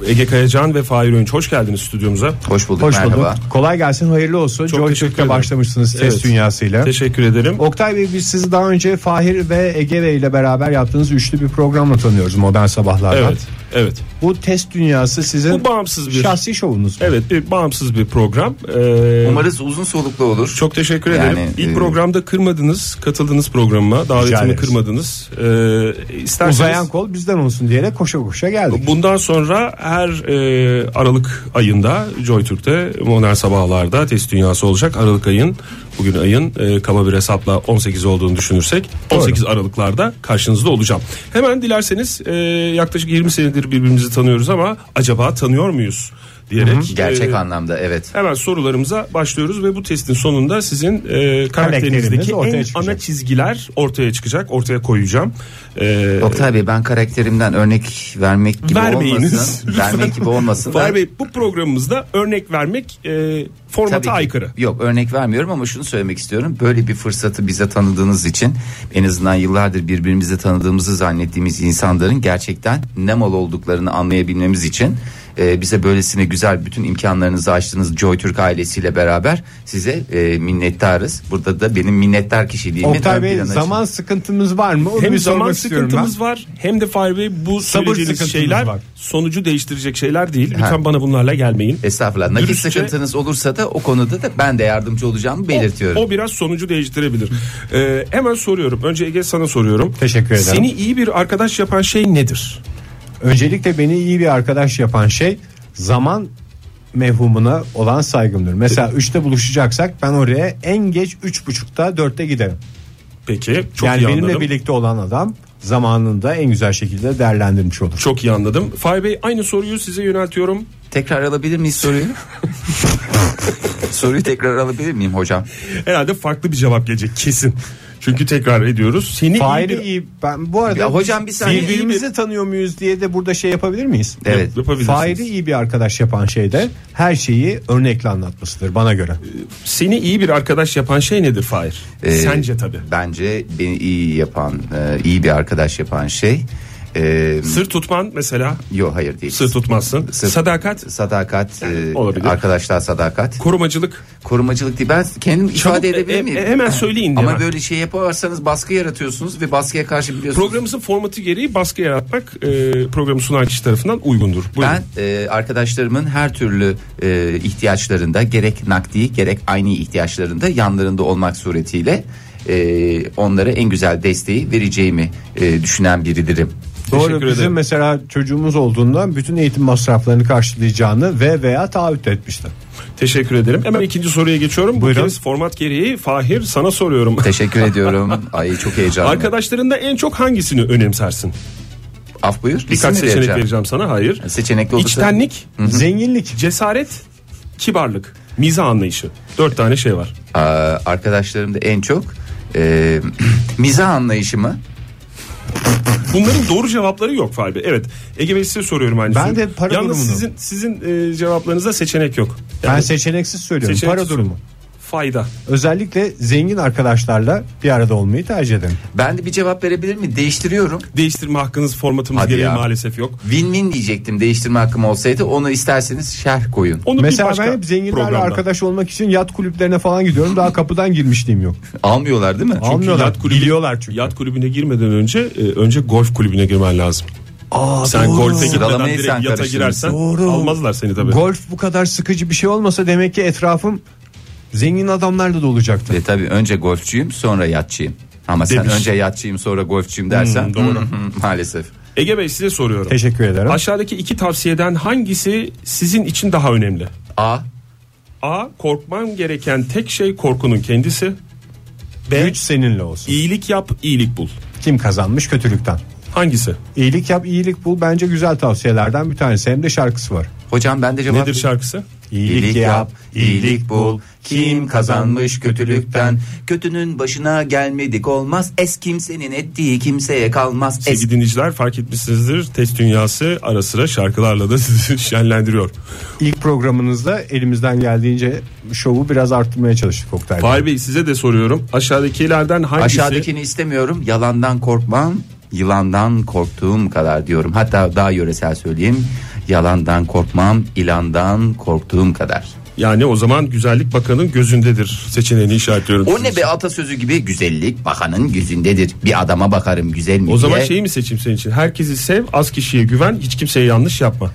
Speaker 5: Ege Kayacan ve Fahir Önç hoş geldiniz stüdyomuza.
Speaker 4: Hoş bulduk
Speaker 3: Hoş
Speaker 4: merhaba.
Speaker 3: bulduk. Kolay gelsin, hayırlı olsun.
Speaker 5: Çok
Speaker 3: Joy
Speaker 5: teşekkür
Speaker 3: Türk'te
Speaker 5: ederim.
Speaker 3: başlamışsınız
Speaker 5: Evet.
Speaker 3: test dünyasıyla.
Speaker 5: Teşekkür ederim.
Speaker 3: Oktay Bey biz sizi daha önce Fahir ve Ege Bey ile beraber yaptığınız üçlü bir programla tanıyoruz Modern Sabahlar'dan.
Speaker 5: Evet. Evet.
Speaker 3: Bu test dünyası sizin
Speaker 5: Bu bağımsız bir
Speaker 3: şahsi şovunuz. mu?
Speaker 5: Evet, bir bağımsız bir program. Ee,
Speaker 4: Umarız uzun soluklu olur.
Speaker 5: çok teşekkür
Speaker 4: Yani,
Speaker 5: ederim. İlk
Speaker 4: e,
Speaker 5: programda kırmadınız, katıldınız programıma. Davetimi
Speaker 3: ederiz.
Speaker 5: kırmadınız. Ee, isterseniz
Speaker 3: Uzayan kol bizden olsun diyerek koşa koşa geldik.
Speaker 5: Bundan sonra her e, Aralık ayında JoyTürk'te Modern Sabahlar'da test dünyası olacak. Aralık ayın bugün ayın e, kaba bir hesapla 18 olduğunu düşünürsek 18 Aralıklarda karşınızda olacağım. Hemen dilerseniz e, yaklaşık 20 senedir birbirimizi tanıyoruz ama acaba tanıyor muyuz diyerek
Speaker 4: Gerçek
Speaker 5: e,
Speaker 4: anlamda evet.
Speaker 5: Hemen sorularımıza başlıyoruz ve bu testin sonunda sizin e,
Speaker 3: Karakteriniz
Speaker 5: karakterinizdeki en
Speaker 3: ortaya çıkacak.
Speaker 5: ana çizgiler ortaya çıkacak, ortaya koyacağım. E,
Speaker 4: Oktay Bey ben karakterimden örnek vermek gibi
Speaker 5: Vermeyiniz.
Speaker 4: olmasın.
Speaker 5: Lütfen.
Speaker 4: vermek gibi olmasın.
Speaker 5: Fahri
Speaker 4: Ben-
Speaker 5: Bey bu programımızda örnek vermek e, formata
Speaker 4: Tabii ki.
Speaker 5: aykırı.
Speaker 4: Yok örnek vermiyorum ama şunu söylemek istiyorum. Böyle bir fırsatı bize tanıdığınız için en azından yıllardır birbirimizi tanıdığımızı zannettiğimiz insanların gerçekten ne mal olduklarını anlayabilmemiz için e, bize böylesine güzel bütün imkanlarınızı açtığınız Joy Türk ailesiyle beraber size e, minnettarız. Burada da benim minnettar kişiliğimi
Speaker 3: Oktay
Speaker 4: ön
Speaker 3: Bey
Speaker 4: plana
Speaker 3: zaman sıkıntımız var mı? Onu
Speaker 5: Hem
Speaker 3: bir
Speaker 5: zaman
Speaker 3: sormak istiyorum ben.
Speaker 5: sıkıntımız var hem de Fahri Bey bu
Speaker 3: Sabır
Speaker 5: söylediğiniz
Speaker 3: sıkıntımız
Speaker 5: şeyler
Speaker 3: var.
Speaker 5: sonucu değiştirecek şeyler değil. Lütfen
Speaker 4: Ha.
Speaker 5: bana bunlarla gelmeyin.
Speaker 4: Estağfurullah. Nakit
Speaker 5: Dürüstçe-
Speaker 4: sıkıntınız olursa da o konuda da ben de yardımcı olacağımı belirtiyorum.
Speaker 5: O, o biraz sonucu değiştirebilir. E, hemen soruyorum. Önce Ege sana soruyorum.
Speaker 3: Teşekkür ederim.
Speaker 5: Seni iyi bir arkadaş yapan şey nedir?
Speaker 3: Öncelikle beni iyi bir arkadaş yapan şey zaman mevhumuna olan saygımdır. Mesela 3'te buluşacaksak ben oraya en geç 3.30'da 4'te giderim.
Speaker 5: Peki çok
Speaker 3: yani
Speaker 5: iyi
Speaker 3: benimle
Speaker 5: anladım.
Speaker 3: birlikte olan adam zamanında en güzel şekilde değerlendirmiş olur.
Speaker 5: Çok iyi anladım. Fahir Bey aynı soruyu size yöneltiyorum.
Speaker 4: Tekrar alabilir miyiz soruyu? soruyu tekrar alabilir miyim hocam?
Speaker 5: Herhalde farklı bir cevap gelecek kesin. Çünkü tekrar ediyoruz. Seni iyi
Speaker 3: Fahri
Speaker 5: bir-
Speaker 3: iyi. Ben bu arada
Speaker 4: Ya hocam bir saniye.
Speaker 3: birbirimizi tanıyor muyuz diye de burada şey yapabilir miyiz?
Speaker 4: Evet.
Speaker 5: yapabilirsiniz.
Speaker 3: Fahri iyi bir arkadaş yapan şey de her şeyi örnekle anlatmasıdır bana göre.
Speaker 5: Ee, Seni iyi bir arkadaş yapan şey nedir Fahir?
Speaker 4: Ee,
Speaker 5: Sence tabii.
Speaker 4: Bence beni iyi yapan, e, iyi bir arkadaş yapan şey. E,
Speaker 5: Sır tutman mesela.
Speaker 4: yok hayır değil.
Speaker 5: Sır tutmazsın.
Speaker 4: Sır-
Speaker 5: Sadakat.
Speaker 4: Sadakat, e,
Speaker 5: olabilir.
Speaker 4: arkadaşlar sadakat.
Speaker 5: Korumacılık.
Speaker 4: Korumacılık değil. Ben kendim
Speaker 5: Çabuk,
Speaker 4: ifade edebilir
Speaker 5: e-
Speaker 4: miyim?
Speaker 5: e- hemen söyleyin diye
Speaker 4: Ama
Speaker 5: ben.
Speaker 4: böyle şey yaparsanız baskı yaratıyorsunuz ve baskıya karşı biliyorsunuz.
Speaker 5: Programımızın formatı gereği baskı yaratmak e, programı sunan kişi tarafından uygundur. Buyurun.
Speaker 4: Ben e, arkadaşlarımın her türlü e, ihtiyaçlarında gerek nakdi gerek aynı ihtiyaçlarında yanlarında olmak suretiyle e, onlara en güzel desteği vereceğimi e, düşünen biridirim.
Speaker 3: Doğru
Speaker 5: Teşekkür
Speaker 3: bizim
Speaker 5: ederim.
Speaker 3: mesela çocuğumuz olduğunda bütün eğitim masraflarını karşılayacağını ve veya taahhüt etmişti.
Speaker 5: Teşekkür ederim. Hemen ikinci soruya geçiyorum.
Speaker 3: Buyurun.
Speaker 5: Bu kez format gereği Fahir sana soruyorum.
Speaker 4: Teşekkür ediyorum. Ay çok heyecanlı.
Speaker 5: Arkadaşlarında en çok hangisini önemsersin?
Speaker 4: Af buyur. İsim mi
Speaker 5: Birkaç seçenek
Speaker 4: vereceğim?
Speaker 5: vereceğim sana. Hayır.
Speaker 4: Seçenekli olursa.
Speaker 5: İçtenlik,
Speaker 3: Zenginlik
Speaker 5: cesaret, kibarlık, miza anlayışı. Dört tane şey var.
Speaker 4: Aa, arkadaşlarım da en çok e, mizah anlayışımı
Speaker 5: Bunların doğru cevapları yok Fahri Bey. Evet. Ege Bey size soruyorum aynı
Speaker 3: Ben
Speaker 5: soruyu.
Speaker 3: de para
Speaker 5: Yalnız
Speaker 3: durumunu.
Speaker 5: sizin sizin e, cevaplarınızda seçenek yok.
Speaker 3: ben seçeneksiz söylüyorum
Speaker 5: Seçeneksiz
Speaker 3: para durumu.
Speaker 5: Fayda.
Speaker 3: Özellikle zengin arkadaşlarla bir arada olmayı tercih ederim.
Speaker 4: Ben de bir cevap verebilir mi? Değiştiriyorum.
Speaker 5: Değiştirme hakkınız formatımız
Speaker 4: Hadi
Speaker 5: gereği
Speaker 4: ya.
Speaker 5: maalesef yok.
Speaker 4: Win-win diyecektim değiştirme hakkım olsaydı. Onu isterseniz şerh koyun.
Speaker 5: Onu
Speaker 3: Mesela
Speaker 5: bir başka
Speaker 3: ben hep zenginlerle
Speaker 5: programda.
Speaker 3: arkadaş olmak için yat kulüplerine falan gidiyorum. Daha kapıdan girmişliğim yok.
Speaker 4: Almıyorlar değil mi?
Speaker 3: Almıyorlar.
Speaker 5: yat kulübü-
Speaker 3: Biliyorlar çünkü.
Speaker 5: Yat kulübüne girmeden önce e, önce golf kulübüne girmen lazım. Sen golfe gitmeden
Speaker 4: Sıralamayı
Speaker 5: direkt
Speaker 4: sen
Speaker 5: yata
Speaker 4: karıştırdın.
Speaker 5: girersen
Speaker 3: Doğru.
Speaker 5: almazlar seni tabii.
Speaker 3: Golf bu kadar sıkıcı bir şey olmasa demek ki etrafım zengin adamlarla dolacaktı.
Speaker 4: Ve E, tabii önce golfçüyüm sonra yatçıyım. Ama sen
Speaker 5: Demiş. Hmm,
Speaker 4: önce yatçıyım sonra golfçüyüm dersen
Speaker 5: doğru.
Speaker 4: maalesef.
Speaker 5: Ege Bey size soruyorum.
Speaker 3: Teşekkür ederim.
Speaker 5: Aşağıdaki iki tavsiyeden hangisi sizin için daha önemli?
Speaker 4: A
Speaker 5: A. Korkman gereken tek şey korkunun kendisi. B.
Speaker 3: Güç seninle olsun.
Speaker 5: İyilik yap, iyilik bul.
Speaker 3: Kim kazanmış kötülükten?
Speaker 5: Hangisi?
Speaker 3: İyilik yap, iyilik bul. Bence güzel tavsiyelerden bir tanesi. Hem de şarkısı var.
Speaker 4: hocam ben de cevap
Speaker 5: Nedir şarkısı?
Speaker 4: İyilik yap, iyilik bul. Kim kazanmış kötülükten? Kötünün başına gelmedik olmaz. Es kimsenin ettiği kimseye kalmaz. Es
Speaker 5: Sevgili dinleyiciler fark etmişsinizdir. Test dünyası ara sıra şarkılarla da sizi şenlendiriyor.
Speaker 3: İlk programınızda elimizden geldiğince şovu biraz arttırmaya çalıştık Oktay. Bey.
Speaker 5: Fahir Bey size de soruyorum. Aşağıdakilerden hangisi?
Speaker 4: Aşağıdakini istemiyorum. Yalandan korkmam. Yılandan korktuğum kadar diyorum. Hatta daha yöresel söyleyeyim. Yalandan korkmam, ilandan korktuğum kadar.
Speaker 5: Yani o zaman Güzellik Bakanı'nın gözündedir seçeneğini işaretliyorum.
Speaker 4: O ne be atasözü gibi güzellik bakanın yüzündedir. Bir adama bakarım güzel mi
Speaker 5: O zaman
Speaker 4: diye.
Speaker 5: şeyi mi seçeyim senin için? Herkesi sev, az kişiye güven, hiç kimseye yanlış yapma.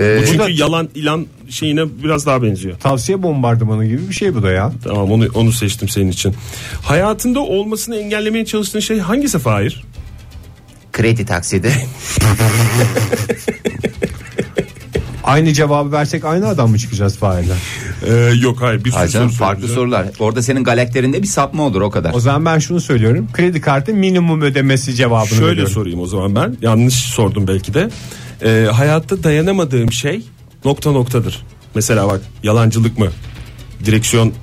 Speaker 4: Ee,
Speaker 5: Bu çünkü yalan ilan şeyine biraz daha benziyor.
Speaker 3: Tavsiye bombardımanı gibi bir şey bu da ya.
Speaker 5: Tamam onu onu seçtim senin için. Hayatında olmasını engellemeye çalıştığın şey hangisi Fahir?
Speaker 4: kredi taksidi.
Speaker 3: Aynı cevabı versek aynı adam mı çıkacağız Fahir'den?
Speaker 5: Ee, yok hayır bir sürü
Speaker 4: Ay canım,
Speaker 5: soru
Speaker 4: farklı
Speaker 5: soracağım.
Speaker 4: sorular. Orada senin galakterinde bir sapma olur o kadar.
Speaker 3: O zaman ben şunu söylüyorum. Kredi kartı minimum ödemesi cevabını
Speaker 5: Şöyle
Speaker 3: veriyorum.
Speaker 5: sorayım o zaman ben. Yanlış sordum belki de. Ee, hayatta dayanamadığım şey nokta noktadır. Mesela bak yalancılık mı? Direksiyonda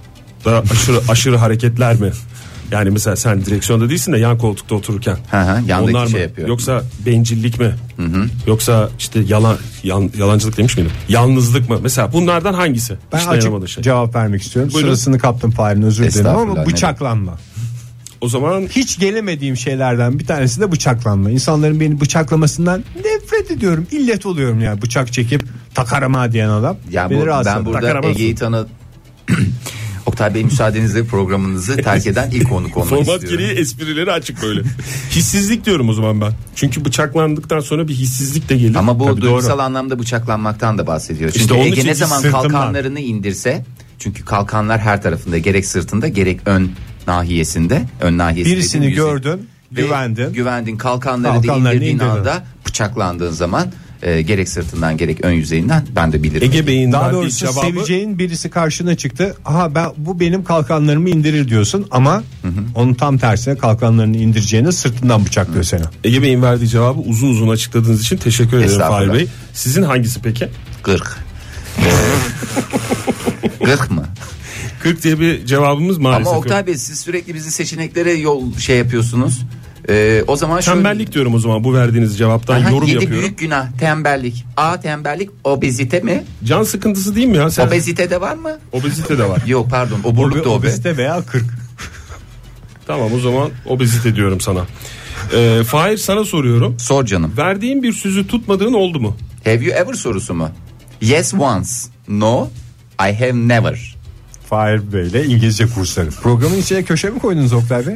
Speaker 5: aşırı aşırı hareketler mi? Yani mesela sen direksiyonda değilsin de yan koltukta otururken.
Speaker 4: Hı hı, yandaki
Speaker 5: Onlar
Speaker 4: şey
Speaker 5: mı?
Speaker 4: yapıyor.
Speaker 5: Yoksa bencillik mi? Yoksa işte yalan yan- yalancılık demiş miydim? Yalnızlık mı? Mesela bunlardan hangisi?
Speaker 3: Ben
Speaker 5: Hiç dayanamadığın
Speaker 3: açık
Speaker 5: şey.
Speaker 3: cevap vermek istiyorum.
Speaker 5: Buyurun.
Speaker 3: Sırasını kaptım Fahir'in özür dilerim
Speaker 4: Estağfurullah,
Speaker 3: ama
Speaker 4: ne
Speaker 3: bıçaklanma.
Speaker 5: O zaman
Speaker 3: Hiç gelemediğim şeylerden bir tanesi de bıçaklanma. İnsanların beni bıçaklamasından nefret ediyorum. İllet oluyorum ya bıçak çekip takarama diyen adam.
Speaker 4: Ya
Speaker 3: beni
Speaker 4: bu,
Speaker 3: rahatsız
Speaker 4: ben
Speaker 3: eder.
Speaker 4: burada
Speaker 3: Takaramazsın.
Speaker 4: Ege'yi tanı... Oktay Bey müsaadenizle programınızı terk eden ilk konuk olmak
Speaker 5: Format
Speaker 4: istiyorum.
Speaker 5: gereği esprileri açık böyle. hissizlik diyorum o zaman ben. Çünkü bıçaklandıktan sonra bir hissizlik de gelir.
Speaker 4: Ama bu
Speaker 5: Tabii
Speaker 4: duygusal
Speaker 5: doğru.
Speaker 4: anlamda bıçaklanmaktan da bahsediyor. Çünkü
Speaker 5: İşte onun
Speaker 4: Ege
Speaker 5: için
Speaker 4: ne zaman
Speaker 5: sırtım var.
Speaker 4: kalkanlarını indirse çünkü kalkanlar her tarafında gerek sırtında gerek ön nahiyesinde ön nahiyesinde
Speaker 3: Birisini gördün, güvendin.
Speaker 4: güvendin kalkanları da
Speaker 3: Kalkanlarını
Speaker 4: indirdiğin
Speaker 3: indirdin.
Speaker 4: anda bıçaklandığın zaman E, gerek sırtından gerek ön yüzeyinden ben de bilirim.
Speaker 5: Ege Bey'in
Speaker 3: Daha
Speaker 5: verdiği
Speaker 3: doğrusu
Speaker 5: cevabı
Speaker 3: seveceğin birisi karşına çıktı. Aha ben bu benim kalkanlarımı indirir diyorsun ama onun tam tersine kalkanlarını indireceğine sırtından bıçaklıyor seni.
Speaker 5: Ege Bey'in verdiği cevabı uzun uzun açıkladığınız için teşekkür ederim Fahri
Speaker 4: Estağfurullah.
Speaker 5: Bey. Sizin hangisi peki?
Speaker 4: 40. 40 E, mı?
Speaker 5: 40 diye bir cevabımız maalesef.
Speaker 4: Ama
Speaker 5: yok.
Speaker 4: Oktay Bey siz sürekli bizi seçeneklere yol şey yapıyorsunuz. E, o zaman şöyle...
Speaker 5: Tembellik diyorum o zaman bu verdiğiniz cevaptan
Speaker 4: Aha,
Speaker 5: yorum
Speaker 4: yedi
Speaker 5: yapıyorum.
Speaker 4: büyük günah tembellik. A tembellik obezite mi?
Speaker 5: Can sıkıntısı değil mi ya? Sen,
Speaker 4: Obezite de var mı?
Speaker 5: obezite de var.
Speaker 4: Yok pardon oburluk da obe.
Speaker 3: Obezite veya 40.
Speaker 5: Tamam o zaman obezite diyorum sana. Ee, Fahir sana soruyorum.
Speaker 4: Sor canım.
Speaker 5: Verdiğin bir sözü tutmadığın oldu mu?
Speaker 4: Have you ever sorusu mu? Yes once. No I have never.
Speaker 3: Fahir Bey'le İngilizce kursları. Programın içine köşe mi koydunuz Oktay Bey?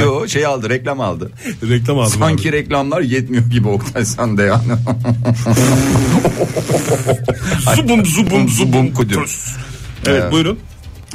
Speaker 4: Yo şey aldı reklam aldı.
Speaker 5: Reklam aldım.
Speaker 4: Sanki reklamlar yetmiyor gibi Oktay sen de yani.
Speaker 5: abi. Zubum zubum zubum
Speaker 4: kudüm.
Speaker 5: kudur. Evet, buyurun.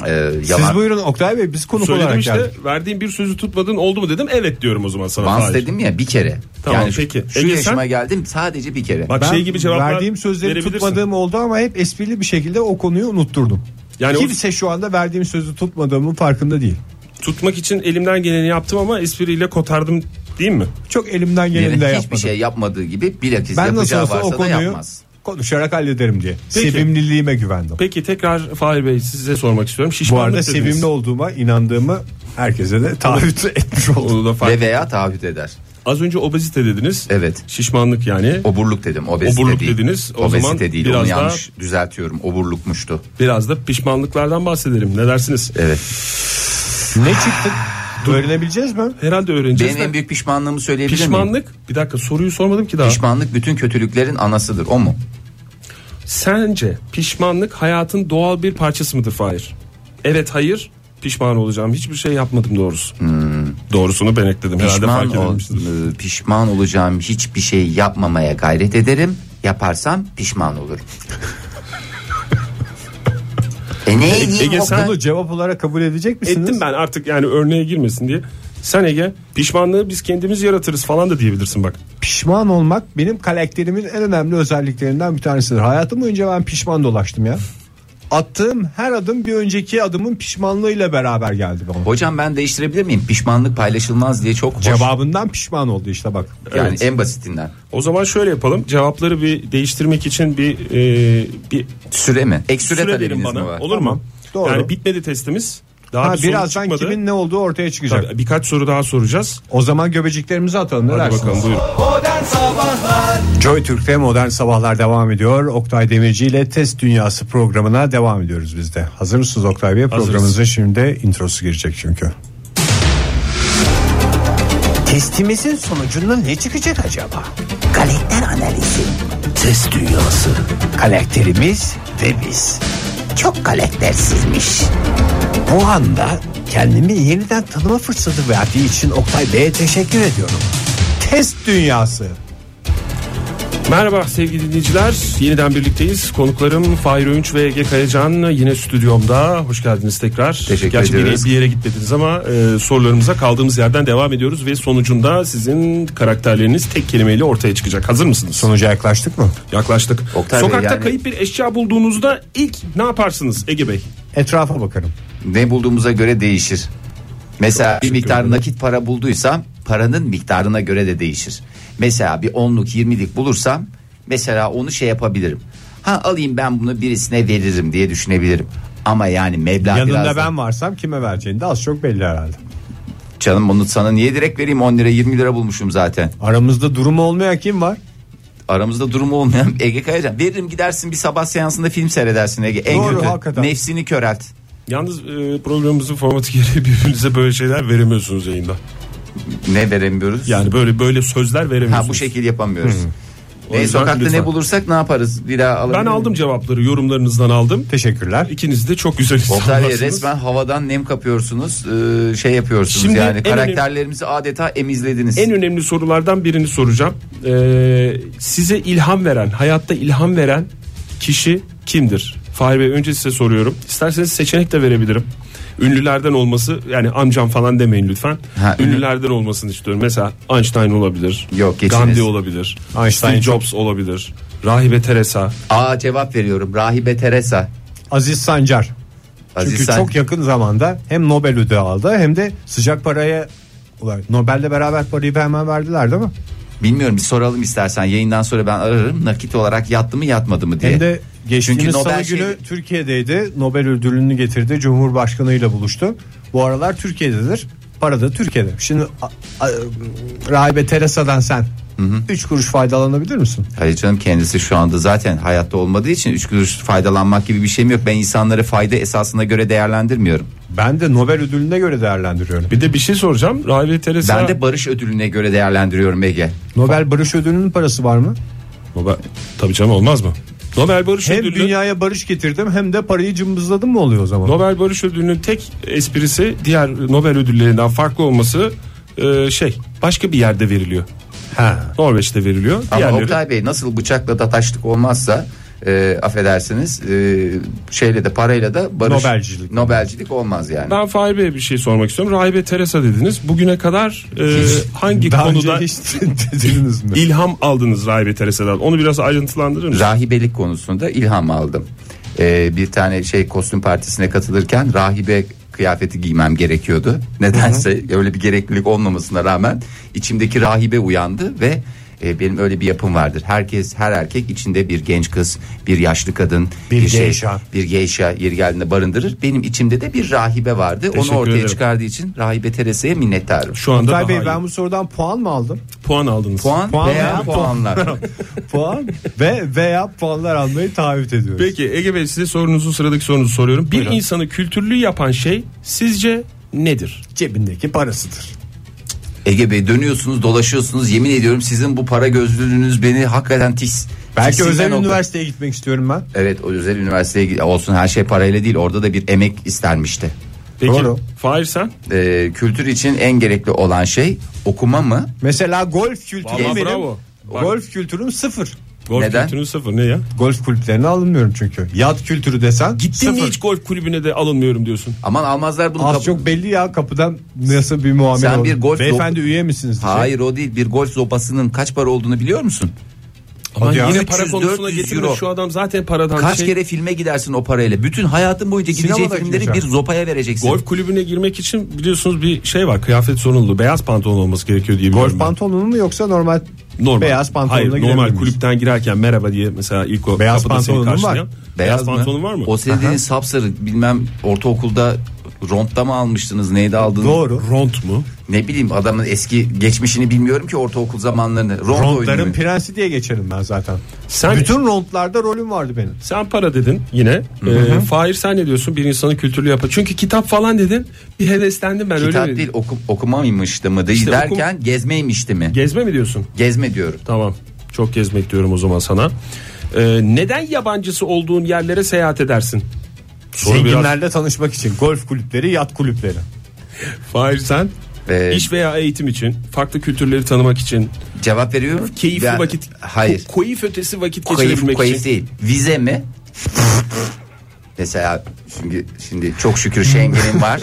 Speaker 4: Ee,
Speaker 3: Siz
Speaker 4: yalan.
Speaker 3: buyurun Oktay Bey biz konuk
Speaker 5: Söyledim
Speaker 3: olarak
Speaker 5: işte
Speaker 3: geldik.
Speaker 5: verdiğin bir sözü tutmadığın oldu mu dedim. Evet diyorum o zaman sana.
Speaker 4: Once
Speaker 5: Fahir.
Speaker 4: dedim ya bir kere.
Speaker 5: Tamam,
Speaker 4: yani şu-
Speaker 5: peki.
Speaker 4: Şu,
Speaker 5: Ege, sen-
Speaker 4: yaşıma geldim sadece bir kere.
Speaker 5: Bak
Speaker 3: Ben
Speaker 5: şey gibi cevaplar
Speaker 3: verdiğim sözleri
Speaker 5: verebilirsin.
Speaker 3: tutmadığım oldu ama hep esprili bir şekilde o konuyu unutturdum.
Speaker 5: Yani
Speaker 3: Yani
Speaker 5: o-
Speaker 3: Kimse şu anda verdiğim sözü tutmadığımın farkında değil.
Speaker 5: Tutmak için elimden geleni yaptım ama espriyle kotardım değil mi?
Speaker 3: Çok elimden
Speaker 4: Yani
Speaker 3: geleni de
Speaker 4: hiçbir
Speaker 3: yapmadım.
Speaker 4: şey yapmadığı gibi bilakis
Speaker 3: ben nasıl
Speaker 4: yapacağı
Speaker 3: olsa
Speaker 4: varsa
Speaker 3: o
Speaker 4: da
Speaker 3: konuyu
Speaker 4: yapmaz.
Speaker 3: konuşarak hallederim diye.
Speaker 5: Peki.
Speaker 3: Sevimliliğime güvendim.
Speaker 5: Peki tekrar Fahir Bey size sormak istiyorum.
Speaker 3: Bu
Speaker 5: Şişmanlık
Speaker 3: arada
Speaker 5: dediniz.
Speaker 3: sevimli olduğuma inandığımı herkese de taahhüt etmiş oldum.
Speaker 5: Onu da fark-
Speaker 4: Ve veya taahhüt eder.
Speaker 5: Az önce obezite dediniz.
Speaker 4: Evet.
Speaker 5: Şişmanlık yani.
Speaker 4: Oburluk dedim. Obezite
Speaker 5: Oburluk
Speaker 4: değil.
Speaker 5: dediniz, o
Speaker 4: obezite
Speaker 5: zaman
Speaker 4: değil.
Speaker 5: biraz
Speaker 4: Onu
Speaker 5: daha-
Speaker 4: yanlış düzeltiyorum. Oburlukmuştu.
Speaker 5: Biraz da pişmanlıklardan bahsedelim. Ne dersiniz?
Speaker 4: Evet.
Speaker 3: Ne çıktık? Ah. Öğrenebileceğiz mi?
Speaker 5: Herhalde öğreneceğiz.
Speaker 4: Benim
Speaker 5: de.
Speaker 4: en büyük pişmanlığımı söyleyebilir miyim?
Speaker 5: Pişmanlık. Bir dakika soruyu sormadım ki daha.
Speaker 4: Pişmanlık bütün kötülüklerin anasıdır. O mu?
Speaker 5: Sence pişmanlık hayatın doğal bir parçası mıdır Fahir? Evet hayır pişman olacağım. Hiçbir şey yapmadım doğrusu. Doğrusunu ben ekledim. Herhalde
Speaker 4: Pişman,
Speaker 5: fark
Speaker 4: ol,
Speaker 5: edilmiştir.
Speaker 4: e, pişman olacağım hiçbir şey yapmamaya gayret ederim. Yaparsam pişman olurum. e ne diyeyim
Speaker 5: Ege,
Speaker 4: o
Speaker 5: sen
Speaker 4: kadar?
Speaker 3: Bunu cevap olarak kabul edecek misiniz?
Speaker 5: Ettim ben artık yani örneğe girmesin diye. Sen Ege pişmanlığı biz kendimiz yaratırız falan da diyebilirsin bak.
Speaker 3: Pişman olmak benim karakterimin en önemli özelliklerinden bir tanesidir. Hayatım boyunca ben pişman dolaştım ya. Attığım her adım bir önceki adımın pişmanlığıyla beraber geldi bana.
Speaker 4: Hocam ben değiştirebilir miyim? Pişmanlık paylaşılmaz diye çok hoş.
Speaker 3: Cevabından pişman oldu işte bak.
Speaker 4: Yani
Speaker 5: Evet.
Speaker 4: en basitinden.
Speaker 5: O zaman şöyle yapalım. Cevapları bir değiştirmek için bir e, bir
Speaker 4: Süre mi? Ek süre,
Speaker 5: süre verin
Speaker 4: talebiniz
Speaker 5: bana.
Speaker 4: mi var?
Speaker 5: Olur
Speaker 3: Tamam,
Speaker 5: mu?
Speaker 3: doğru.
Speaker 5: Yani bitmedi testimiz. Daha
Speaker 3: Ha,
Speaker 5: bir soru
Speaker 3: birazdan
Speaker 5: çıkmadı.
Speaker 3: kimin ne olduğu ortaya çıkacak.
Speaker 5: Tabii, birkaç soru daha soracağız.
Speaker 3: O zaman göbeciklerimizi atalım. Ne
Speaker 5: Hadi
Speaker 3: dersiniz?
Speaker 5: bakalım buyurun.
Speaker 2: Modern Sabahlar
Speaker 3: Joy Türk'te modern sabahlar devam ediyor. Oktay Demirci ile Test Dünyası programına devam ediyoruz biz de. Hazır mısınız Oktay Bey? Programımızın şimdi introsu girecek çünkü.
Speaker 6: Testimizin sonucunda ne çıkacak acaba? Karakter analizi.
Speaker 7: Ses dünyası.
Speaker 6: Karakterimiz ve biz. Çok karaktersizmiş. Bu anda kendimi yeniden tanıma fırsatı verdiği için Oktay Bey'e teşekkür ediyorum.
Speaker 3: Test Dünyası.
Speaker 5: Merhaba sevgili dinleyiciler. Yeniden birlikteyiz. Konuklarım Fahir Öğünç ve Ege Kayacan yine stüdyomda. Hoş geldiniz tekrar.
Speaker 4: Teşekkür
Speaker 5: Gerçi bir-
Speaker 4: ediyoruz.
Speaker 5: bir yere gitmediniz ama e, sorularımıza kaldığımız yerden devam ediyoruz ve sonucunda sizin karakterleriniz tek kelimeyle ortaya çıkacak. Hazır mısınız?
Speaker 3: Sonuca yaklaştık mı?
Speaker 5: Yaklaştık.
Speaker 4: Oktay Bey,
Speaker 5: Sokakta
Speaker 4: yani-
Speaker 5: kayıp bir eşya bulduğunuzda ilk ne yaparsınız Ege Bey?
Speaker 3: Etrafa bakarım.
Speaker 4: ne bulduğumuza göre değişir. Mesela bir miktar nakit para bulduysam paranın miktarına göre de değişir. Mesela bir onluk 20'lik bulursam mesela onu şey yapabilirim. Ha alayım ben bunu birisine veririm diye düşünebilirim. Ama yani meblağ
Speaker 3: Yanında
Speaker 4: biraz da-
Speaker 3: ben varsam kime vereceğini de az çok belli herhalde.
Speaker 4: Canım bunu sana niye direkt vereyim 10 lira 20 lira bulmuşum zaten.
Speaker 3: Aramızda durumu olmayan kim var?
Speaker 4: Aramızda durumu olmayan Ege Kayacan. Veririm gidersin bir sabah seansında film seyredersin Ege. En
Speaker 3: Doğru,
Speaker 4: kötü
Speaker 3: hakikaten.
Speaker 4: nefsini körelt.
Speaker 5: Yalnız e, programımızın formatı gereği birbirinize böyle şeyler veremiyorsunuz yayında.
Speaker 4: Ne veremiyoruz?
Speaker 5: Yani böyle böyle sözler veremiyorsunuz.
Speaker 4: ha bu şekil yapamıyoruz.
Speaker 5: Hmm. O
Speaker 4: E,
Speaker 5: yüzden
Speaker 4: sokakta
Speaker 5: lütfen.
Speaker 4: ne bulursak ne yaparız? Bir daha alabilir
Speaker 5: Ben
Speaker 4: miyim?
Speaker 5: aldım cevapları yorumlarınızdan aldım.
Speaker 3: Teşekkürler.
Speaker 5: İkiniz de çok güzel
Speaker 4: Oktay Bey
Speaker 5: insanlarsınız.
Speaker 4: resmen havadan nem kapıyorsunuz, eee, şey yapıyorsunuz
Speaker 5: Şimdi en
Speaker 4: yani karakterlerimizi adeta emizlediniz.
Speaker 5: En önemli sorulardan birini soracağım. Ee, size ilham veren, hayatta ilham veren kişi kimdir? Fahir Bey önce size soruyorum. İsterseniz seçenek de verebilirim. ünlülerden olması yani amcam falan demeyin lütfen.
Speaker 4: Ha, ünlü-
Speaker 5: Ünlülerden olmasını istiyorum. Mesela Einstein olabilir.
Speaker 4: Yok, geçiniz.
Speaker 5: Gandhi olabilir.
Speaker 3: Einstein
Speaker 5: Steve
Speaker 3: çok-
Speaker 5: Jobs olabilir. Rahibe Teresa.
Speaker 4: Aa cevap veriyorum. Rahibe Teresa.
Speaker 3: Aziz Sancar.
Speaker 4: Aziz
Speaker 3: Çünkü
Speaker 4: San-
Speaker 3: çok yakın zamanda hem Nobel ödülü aldı hem de sıcak paraya Ulan Nobel'le beraber parayı hemen verdiler değil mi?
Speaker 4: Bilmiyorum bir soralım istersen. Yayından sonra ben ararım. Nakit olarak yattı mı yatmadı mı diye.
Speaker 3: Hem de geçtiğimiz
Speaker 4: Çünkü
Speaker 3: salı
Speaker 4: Nobel
Speaker 3: günü
Speaker 4: şey-
Speaker 3: Türkiye'deydi. Nobel ödülünü getirdi. Cumhurbaşkanı ile buluştu. Bu aralar Türkiye'dedir. Para da Türkiye'de. Şimdi a- a- Rahibe Teresa'dan sen 3 kuruş faydalanabilir misin?
Speaker 4: Hayır canım kendisi şu anda zaten hayatta olmadığı için üç kuruş faydalanmak gibi bir şeyim yok. Ben insanları fayda esasına göre değerlendirmiyorum.
Speaker 3: Ben de Nobel ödülüne göre değerlendiriyorum.
Speaker 5: Bir de bir şey soracağım. Rahibe Teresa.
Speaker 4: Ben de barış ödülüne göre değerlendiriyorum Ege.
Speaker 3: Nobel Barış Ödülü'nün parası var mı?
Speaker 5: Nobel... Tabii canım olmaz mı? Nobel Barış
Speaker 3: Hem
Speaker 5: Ödülü.
Speaker 3: dünyaya barış getirdim hem de parayı cımbızladım mı oluyor o zaman?
Speaker 5: Nobel Barış Ödülü'nün tek esprisi diğer Nobel ödüllerinden farklı olması e, şey başka bir yerde veriliyor.
Speaker 3: Ha.
Speaker 5: Norveç'te veriliyor.
Speaker 4: Ama
Speaker 5: Diğerleri-
Speaker 4: Oktay Bey nasıl bıçakla da taşlık olmazsa e, affedersiniz e, şeyle de parayla da barış
Speaker 3: Nobelcilik.
Speaker 4: Nobelcilik olmaz yani.
Speaker 5: Ben Fahir Bey'e bir şey sormak istiyorum. Rahibe Teresa dediniz. Bugüne kadar e, hangi
Speaker 3: Daha
Speaker 5: konuda
Speaker 3: önce hiç dediniz mi?
Speaker 5: ilham aldınız Rahibe Teresa'dan? Onu biraz ayrıntılandırır mısın?
Speaker 4: rahibelik konusunda ilham aldım. Ee, bir tane şey kostüm partisine katılırken rahibe kıyafeti giymem gerekiyordu. Nedense öyle bir gereklilik olmamasına rağmen içimdeki rahibe uyandı ve e, benim öyle bir yapım vardır. Herkes her erkek içinde bir genç kız, bir yaşlı kadın,
Speaker 3: Bir
Speaker 4: şey,
Speaker 3: geyşa.
Speaker 4: bir geyşa yeri geldiğinde barındırır. Benim içimde de bir rahibe vardı.
Speaker 5: Teşekkür
Speaker 4: Onu ortaya
Speaker 5: ederim.
Speaker 4: çıkardığı için rahibe Teresa'ya minnettarım.
Speaker 5: Şu anda
Speaker 3: Oktay
Speaker 5: daha
Speaker 3: Bey
Speaker 5: iyi.
Speaker 3: ben bu sorudan puan mı aldım?
Speaker 5: puan aldınız.
Speaker 4: Puan,
Speaker 3: Puan
Speaker 4: veya
Speaker 3: ya, puan.
Speaker 4: puanlar.
Speaker 3: puan ve veya puanlar almayı taahhüt ediyoruz.
Speaker 5: Peki Ege Bey size sorunuzu sıradaki sorunuzu soruyorum. Bir insanı kültürlü yapan şey sizce nedir?
Speaker 3: cebindeki parasıdır.
Speaker 4: Ege Bey dönüyorsunuz dolaşıyorsunuz yemin ediyorum sizin bu para gözlülüğünüz beni hakikaten tiks.
Speaker 3: Belki
Speaker 4: tiksinçten
Speaker 3: özel
Speaker 4: oldu.
Speaker 3: üniversiteye gitmek istiyorum ben.
Speaker 4: Evet o özel üniversiteye gi- olsun her şey parayla değil orada da bir emek istenmişti.
Speaker 5: Peki
Speaker 3: Doğru.
Speaker 5: Fahir sen?
Speaker 4: Ee, kültür için en gerekli olan şey okuma mı?
Speaker 3: Mesela golf kültürü
Speaker 5: Vallahi
Speaker 3: benim.
Speaker 5: bravo. Bak.
Speaker 3: Golf kültürüm sıfır.
Speaker 5: Golf
Speaker 4: Neden?
Speaker 5: kültürünüz sıfır ne ya?
Speaker 3: Golf kulüplerine alınmıyorum çünkü. Yat kültürü desen
Speaker 5: Gittin mi
Speaker 3: sıfır.
Speaker 5: hiç golf kulübüne de alınmıyorum diyorsun.
Speaker 4: Aman almazlar bunu.
Speaker 3: Az
Speaker 4: kap-
Speaker 3: çok belli ya kapıdan nasıl bir muamele
Speaker 4: Sen
Speaker 3: oldu.
Speaker 4: bir golf-
Speaker 3: Beyefendi üye misiniz? Şey, diye.
Speaker 4: Hayır o değil bir golf sopasının kaç para olduğunu biliyor musun?
Speaker 5: Ama
Speaker 4: Hadi ya.
Speaker 5: yine
Speaker 4: 300,
Speaker 5: para konusuna
Speaker 4: 400
Speaker 5: getirme
Speaker 4: euro.
Speaker 5: şu adam zaten paradan
Speaker 4: Kaç
Speaker 5: şey-
Speaker 4: kere filme gidersin o parayla? Bütün hayatın boyunca gideceği
Speaker 3: Sinemadaki
Speaker 4: filmleri
Speaker 3: yaşam.
Speaker 4: bir zopaya vereceksin.
Speaker 5: Golf kulübüne girmek için biliyorsunuz bir şey var kıyafet sorunlu beyaz pantolon olması gerekiyor diye biliyorum
Speaker 3: Golf
Speaker 5: ben.
Speaker 3: pantolonu mu yoksa normal,
Speaker 5: normal.
Speaker 3: beyaz pantolonla
Speaker 5: Hayır
Speaker 3: girebilir
Speaker 5: normal
Speaker 3: miyiz?
Speaker 5: kulüpten girerken merhaba diye mesela ilk o
Speaker 3: Beyaz
Speaker 5: kapıda seni
Speaker 3: pantolonun var.
Speaker 5: karşılayan. Beyaz, pantolon var mı?
Speaker 4: O senin dediğin sapsarı bilmem ortaokulda rondda mı almıştınız neydi aldığını?
Speaker 3: Doğru.
Speaker 5: Ront mu?
Speaker 4: Ne bileyim adamın eski geçmişini bilmiyorum ki ortaokul zamanlarını. Rond
Speaker 3: Rondların
Speaker 4: oynuyor.
Speaker 3: prensi diye geçerim ben zaten.
Speaker 5: Sen
Speaker 3: Bütün rondlarda rolüm vardı benim.
Speaker 5: sen para dedin yine. Ee, Fahir sen ne diyorsun? Bir insanı kültürlü yapar. Çünkü kitap falan dedin. Bir heveslendim ben
Speaker 4: Kitap
Speaker 5: öyle mi?
Speaker 4: değil oku, okumamıştı mı değil
Speaker 5: İşte okum-
Speaker 4: derken gezmeymişti mi?
Speaker 5: Gezme mi diyorsun?
Speaker 4: Gezme diyorum.
Speaker 5: Tamam. Çok gezmek diyorum o zaman sana. Ee, neden yabancısı olduğun yerlere seyahat edersin? Soru biraz.
Speaker 3: Zenginlerle tanışmak için golf kulüpleri, yat kulüpleri.
Speaker 5: Fahir sen
Speaker 4: Ee,
Speaker 5: iş veya eğitim için, farklı kültürleri tanımak için,
Speaker 4: Cevap veriyorum.
Speaker 5: keyifli
Speaker 4: Ben-
Speaker 5: vakit,
Speaker 4: Hayır.
Speaker 5: ko- koyif ötesi vakit
Speaker 4: Koyif,
Speaker 5: geçirebilmek
Speaker 4: koyif
Speaker 5: için.
Speaker 4: değil. Vize mi? Mesela şimdi şimdi çok şükür Schengen'im var.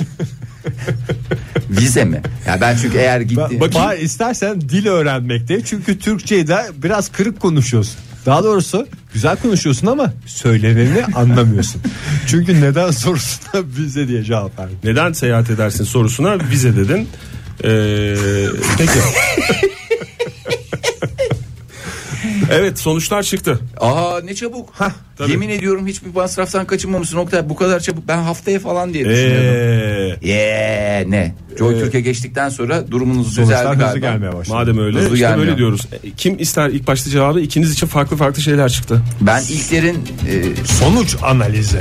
Speaker 4: Vize mi? Ya ben çünkü eğer gitti.
Speaker 3: Bakayım. istersen dil öğrenmekte. Çünkü Türkçeyi de biraz kırık konuşuyorsun. Daha doğrusu güzel konuşuyorsun ama söyleneni anlamıyorsun. Çünkü neden sorusuna bize diye cevap verdim.
Speaker 5: Neden seyahat edersin sorusuna vize dedin. Ee, peki. evet sonuçlar çıktı.
Speaker 4: Aa ne çabuk.
Speaker 5: tabii.
Speaker 4: Yemin ediyorum hiçbir masraftan kaçınmamışsın Oktay. Bu kadar çabuk. Ben haftaya falan diye düşünüyordum.
Speaker 5: Ee,
Speaker 4: Yee ne? Joy Türkiye geçtikten sonra durumunuz
Speaker 3: Sonuçlar
Speaker 4: düzeldi
Speaker 3: hızlı
Speaker 4: galiba.
Speaker 3: gelmeye başladı.
Speaker 5: madem öyle
Speaker 4: Hızlı
Speaker 5: işte
Speaker 4: gelmiyor.
Speaker 5: böyle diyoruz. E, Kim ister ilk başta cevabı ikiniz için farklı farklı şeyler çıktı.
Speaker 4: Ben ilklerin e,
Speaker 3: Sonuç analizi.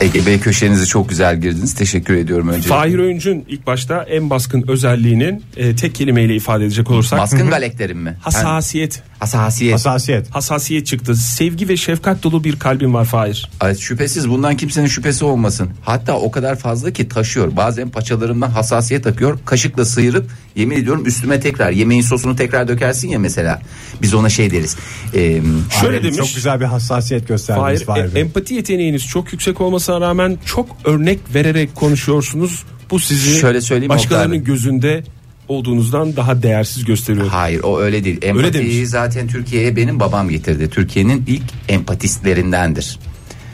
Speaker 4: Ege Bey köşenizi çok güzel girdiniz. Teşekkür ediyorum önce.
Speaker 5: Fahir Öğüncü'nün ilk başta en baskın özelliğinin e, tek kelimeyle ifade edecek olursak
Speaker 4: Baskın galeklerim mi? Ben-
Speaker 5: hassasiyet.
Speaker 4: hassasiyet.
Speaker 3: Hassasiyet.
Speaker 5: Hassasiyet çıktı. Sevgi ve şefkat dolu bir kalbin var Fahir.
Speaker 4: Ay, şüphesiz bundan kimsenin şüphesi olmasın. Hatta o kadar fazla ki taşıyor. Bazen paçalarımdan hassasiyet akıyor. Kaşıkla sıyırıp Yemin ediyorum üstüme tekrar yemeğin sosunu tekrar dökersin ya mesela. Biz ona şey deriz. Eee
Speaker 5: Şöyle demiş.
Speaker 3: Çok güzel bir hassasiyet gösterdiniz
Speaker 5: Hayır,
Speaker 3: Fahir
Speaker 5: e-
Speaker 3: Bey.
Speaker 5: empati yeteneğiniz çok yüksek olmasına rağmen çok örnek vererek konuşuyorsunuz. Bu sizi
Speaker 4: Şöyle söyleyeyim
Speaker 5: başkalarının
Speaker 4: Oktay
Speaker 5: gözünde olduğunuzdan daha değersiz gösteriyor.
Speaker 4: Hayır o öyle değil.
Speaker 5: Öyle
Speaker 4: Empatiyi
Speaker 5: demiş.
Speaker 4: zaten Türkiye'ye benim babam getirdi. Türkiye'nin ilk empatistlerindendir.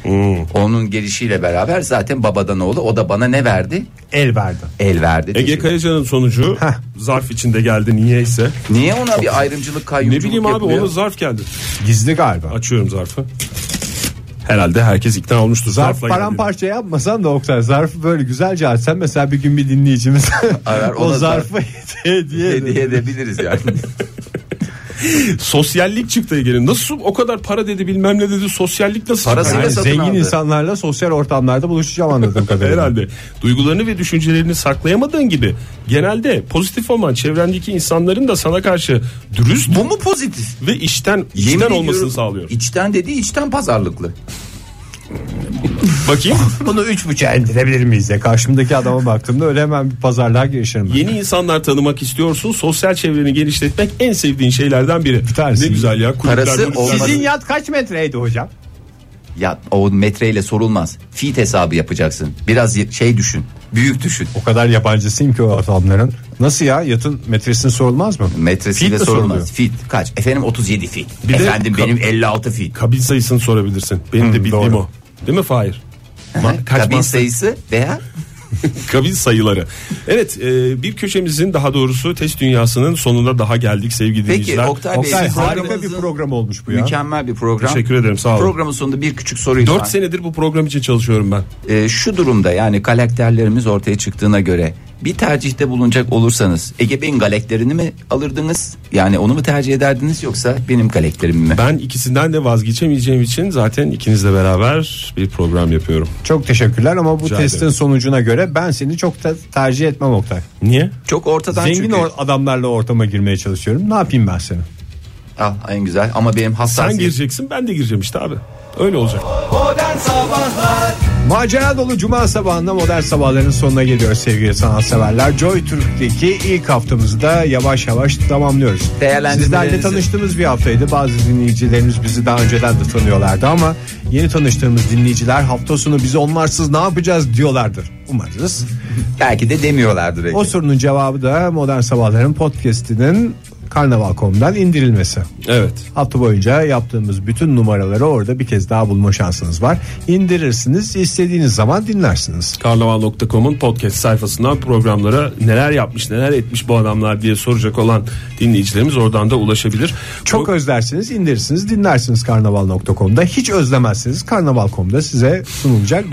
Speaker 5: Hmm.
Speaker 4: Onun gelişiyle beraber zaten babadan oğlu o da bana ne verdi?
Speaker 3: El verdi.
Speaker 4: El verdi.
Speaker 5: Ege
Speaker 4: Teşekkür-
Speaker 5: Kayacan'ın sonucu zarf içinde geldi niyeyse.
Speaker 4: Niye ona bir ayrımcılık
Speaker 5: Ne
Speaker 4: kayyumculuk
Speaker 5: bileyim abi
Speaker 4: yapılıyor?
Speaker 5: ona zarf geldi.
Speaker 3: Gizli galiba.
Speaker 5: Açıyorum zarfı. Herhalde herkes ikna olmuştur.
Speaker 3: Zarf
Speaker 5: zarfla geldi.
Speaker 3: paramparça yapmasan da Oktay zarfı böyle güzelce açsan mesela bir gün bir dinleyicimiz
Speaker 4: Arar,
Speaker 3: o
Speaker 4: ona
Speaker 3: zarfı hediye eder.
Speaker 4: hediye edebiliriz yani.
Speaker 5: Sosyallik çıktı Ege'nin. Nasıl o kadar para dedi bilmem ne dedi sosyallik nasıl
Speaker 4: Parasıyla
Speaker 5: çıktı?
Speaker 3: Yani
Speaker 4: satın
Speaker 3: zengin
Speaker 4: aldı.
Speaker 3: insanlarla sosyal ortamlarda buluşacağım anladığım kadarıyla.
Speaker 5: Herhalde duygularını ve düşüncelerini saklayamadığın gibi genelde pozitif olan çevrendeki insanların da sana karşı dürüst
Speaker 4: Bu mu pozitif?
Speaker 5: ve içten
Speaker 4: Yemin
Speaker 5: içten
Speaker 4: ediyorum,
Speaker 5: olmasını sağlıyor.
Speaker 4: İçten dediği içten pazarlıklı.
Speaker 5: Bakayım
Speaker 3: Bunu üç buçuğa indirebilir miyiz ya? Karşımdaki adama baktığımda öyle hemen bir pazarlığa girişirim. ben.
Speaker 5: yeni insanlar tanımak istiyorsun. Sosyal çevreni genişletmek en sevdiğin şeylerden biri.
Speaker 3: tanesi.
Speaker 5: Ne güzel ya. kulüplerde
Speaker 4: Parası
Speaker 5: güzel.
Speaker 4: olmadı.
Speaker 3: Sizin yat kaç metreydi hocam?
Speaker 4: Ya o metreyle sorulmaz. Fit hesabı yapacaksın. Biraz y- şey düşün. Büyük düşün.
Speaker 3: O kadar yabancısıyım ki o adamların. Nasıl ya yatın metresini sorulmaz mı?
Speaker 4: Metresiyle
Speaker 3: Fit mi
Speaker 4: sorulmaz.
Speaker 3: soruluyor?
Speaker 4: Fit kaç? Efendim 37 fit.
Speaker 5: Bir de
Speaker 4: Efendim
Speaker 5: kap-
Speaker 4: benim 56 fit.
Speaker 5: Kabin sayısını sorabilirsin. Benim de bildiğim
Speaker 3: doğru.
Speaker 5: o. Değil mi Fahir? Ma- kaç
Speaker 4: Kabin
Speaker 5: master-
Speaker 4: sayısı veya
Speaker 5: kabin sayıları. Evet e, bir köşemizin daha doğrusu test dünyasının sonuna daha geldik sevgili
Speaker 4: Peki
Speaker 5: dinleyiciler.
Speaker 4: Oktay,
Speaker 3: Oktay
Speaker 4: Bey sizin
Speaker 3: harika bir
Speaker 4: programınızın
Speaker 3: program olmuş bu ya.
Speaker 4: Mükemmel bir program.
Speaker 5: Teşekkür ederim, sağ olun.
Speaker 4: Programın sonunda bir küçük soruyla.
Speaker 5: 4 senedir bu program için çalışıyorum ben.
Speaker 4: Ee, şu durumda yani karakterlerimiz ortaya çıktığına göre bir tercihte bulunacak olursanız Ege Bey'in galeklerini mi alırdınız? Yani onu mu tercih ederdiniz yoksa benim galeklerimi mi?
Speaker 5: Ben ikisinden de vazgeçemeyeceğim için zaten ikinizle beraber bir program yapıyorum.
Speaker 3: Çok teşekkürler ama bu
Speaker 5: Rica
Speaker 3: testin
Speaker 5: ederim.
Speaker 3: sonucuna göre ben seni çok da tercih etmem Oktay.
Speaker 5: Niye?
Speaker 4: Çok ortadan
Speaker 3: Zengin
Speaker 4: çünkü.
Speaker 3: or- adamlarla ortama girmeye çalışıyorum. Ne yapayım ben seni?
Speaker 4: Ah, en güzel ama benim
Speaker 5: Sen
Speaker 4: hassasiyetim.
Speaker 5: gireceksin ben de gireceğim işte abi. Öyle olacak.
Speaker 2: Modern Sabahlar
Speaker 3: Macera dolu cuma sabahında modern sabahların sonuna geliyoruz sevgili sanatseverler. Joy Türk'teki ilk haftamızı da yavaş yavaş tamamlıyoruz.
Speaker 4: Değerlendirmelerinizi-
Speaker 3: Sizlerle tanıştığımız bir haftaydı. Bazı dinleyicilerimiz bizi daha önceden de tanıyorlardı ama yeni tanıştığımız dinleyiciler hafta sonu biz onlarsız ne yapacağız diyorlardır. Umarız.
Speaker 4: Belki de demiyorlardır Ege.
Speaker 3: O sorunun cevabı da modern sabahların podcast'inin karnaval.com'dan indirilmesi.
Speaker 5: Evet.
Speaker 3: Hafta boyunca yaptığımız bütün numaraları orada bir kez daha bulma şansınız var. İndirirsiniz, istediğiniz zaman dinlersiniz.
Speaker 5: Karnaval.com'un podcast sayfasından programlara neler yapmış neler etmiş bu adamlar diye soracak olan dinleyicilerimiz oradan da ulaşabilir.
Speaker 3: Çok
Speaker 5: Bu-
Speaker 3: özlersiniz, indirirsiniz, dinlersiniz karnaval.com'da. Hiç özlemezsiniz karnaval.com'da size sunulacak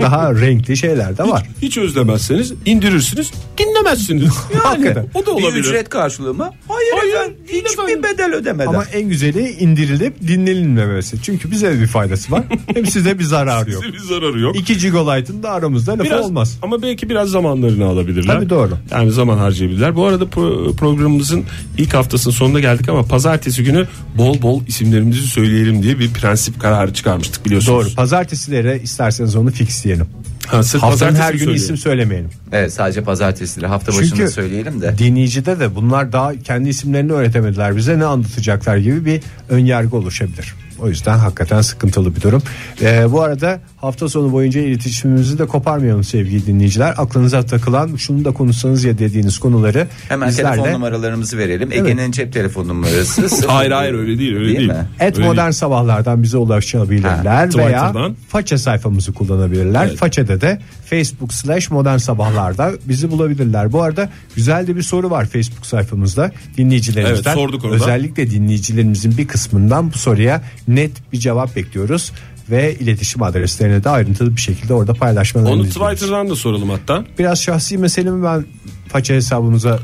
Speaker 3: daha renkli şeyler de var.
Speaker 5: hiç özlemezseniz indirirsiniz dinlemezsiniz. Yani
Speaker 3: Hakikaten.
Speaker 5: o da
Speaker 4: bir
Speaker 5: olabilir.
Speaker 4: ücret karşılığı mı? Hayır,
Speaker 5: Hayır,
Speaker 4: efendim,
Speaker 5: değil
Speaker 4: hiçbir
Speaker 5: efendim.
Speaker 4: bedel ödemeden.
Speaker 3: Ama en güzeli indirilip dinlenilmemesi. Çünkü bize de bir faydası var. Hem size bir zararı yok.
Speaker 5: Size bir zararı yok.
Speaker 3: 2 gigolight'ın da aramızda lafı
Speaker 5: Biraz,
Speaker 3: olmaz.
Speaker 5: Ama belki biraz zamanlarını alabilirler.
Speaker 3: Tabii doğru.
Speaker 5: Yani zaman harcayabilirler. Bu arada pro- programımızın ilk haftasının sonuna geldik ama pazartesi günü bol bol isimlerimizi söyleyelim diye bir prensip kararı çıkarmıştık biliyorsunuz.
Speaker 3: Doğru. Pazartesilere isterseniz onu fixleyelim.
Speaker 5: Ha, sırf
Speaker 3: Haftanın
Speaker 5: pazartesi
Speaker 3: her
Speaker 5: mi
Speaker 3: günü
Speaker 5: söyleyelim?
Speaker 3: isim söylemeyelim.
Speaker 4: Evet sadece pazartesileri hafta başında söyleyelim de.
Speaker 3: dinleyicide de bunlar daha kendi isimlerini öğretemediler bize ne anlatacaklar gibi bir önyargı oluşabilir. O yüzden hakikaten sıkıntılı bir durum. Ee, bu arada hafta sonu boyunca iletişimimizi de koparmayalım sevgili dinleyiciler. Aklınıza takılan şunu da konuşsanız ya dediğiniz konuları
Speaker 4: Hemen telefon
Speaker 3: bizlerle
Speaker 4: numaralarımızı verelim. Ege'nin cep telefon numarası. sıfır-
Speaker 5: Hayır hayır öyle değil öyle değil.
Speaker 4: mi?
Speaker 3: Et
Speaker 5: Öyle
Speaker 3: modern sabahlardan bize ulaşabilirler
Speaker 5: Ha,
Speaker 3: veya
Speaker 5: Twitter'dan.
Speaker 3: faça sayfamızı kullanabilirler. Façede de Facebook slash modern sabahlarda bizi bulabilirler. Bu arada güzel de bir soru var Facebook sayfamızda dinleyicilerimizden.
Speaker 5: Evet, sorduk onu da.
Speaker 3: Özellikle dinleyicilerimizin bir kısmından bu soruya net bir cevap bekliyoruz ve iletişim adreslerini de ayrıntılı bir şekilde orada paylaşmalarını
Speaker 5: Onu
Speaker 3: istiyoruz.
Speaker 5: Twitter'dan da soralım hatta.
Speaker 3: Biraz şahsi meselemi ben faça hesabımıza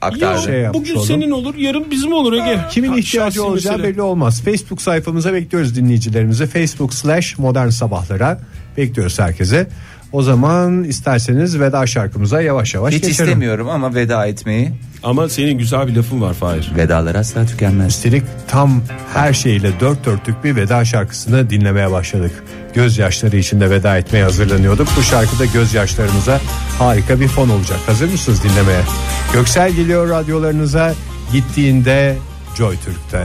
Speaker 4: Aktardı.
Speaker 3: Şey yapmış
Speaker 5: bugün
Speaker 3: oldum.
Speaker 5: senin olur, yarın bizim olur Ege.
Speaker 3: Kimin
Speaker 5: Ha,
Speaker 3: ihtiyacı
Speaker 5: şahsi
Speaker 3: olacağı
Speaker 5: mesele.
Speaker 3: belli olmaz. Facebook sayfamıza bekliyoruz dinleyicilerimizi. Facebook slash modern sabahlara bekliyoruz herkese. O zaman isterseniz veda şarkımıza yavaş
Speaker 5: şey
Speaker 3: yavaş
Speaker 4: Hiç
Speaker 3: geçelim.
Speaker 4: istemiyorum ama veda etmeyi.
Speaker 5: Ama senin güzel bir lafın var Fahir.
Speaker 4: Vedalar asla tükenmez.
Speaker 3: Üstelik tam her şeyle dört dörtlük bir veda şarkısını dinlemeye başladık. Gözyaşları içinde veda etmeye hazırlanıyorduk. Bu şarkıda gözyaşlarımıza harika bir fon olacak. Hazır mısınız dinlemeye? Göksel geliyor radyolarınıza gittiğinde Joy Türk'te.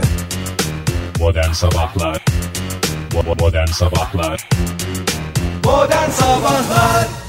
Speaker 1: Modern Sabahlar Bo- bo- Modern Sabahlar
Speaker 2: Modern Sabahlar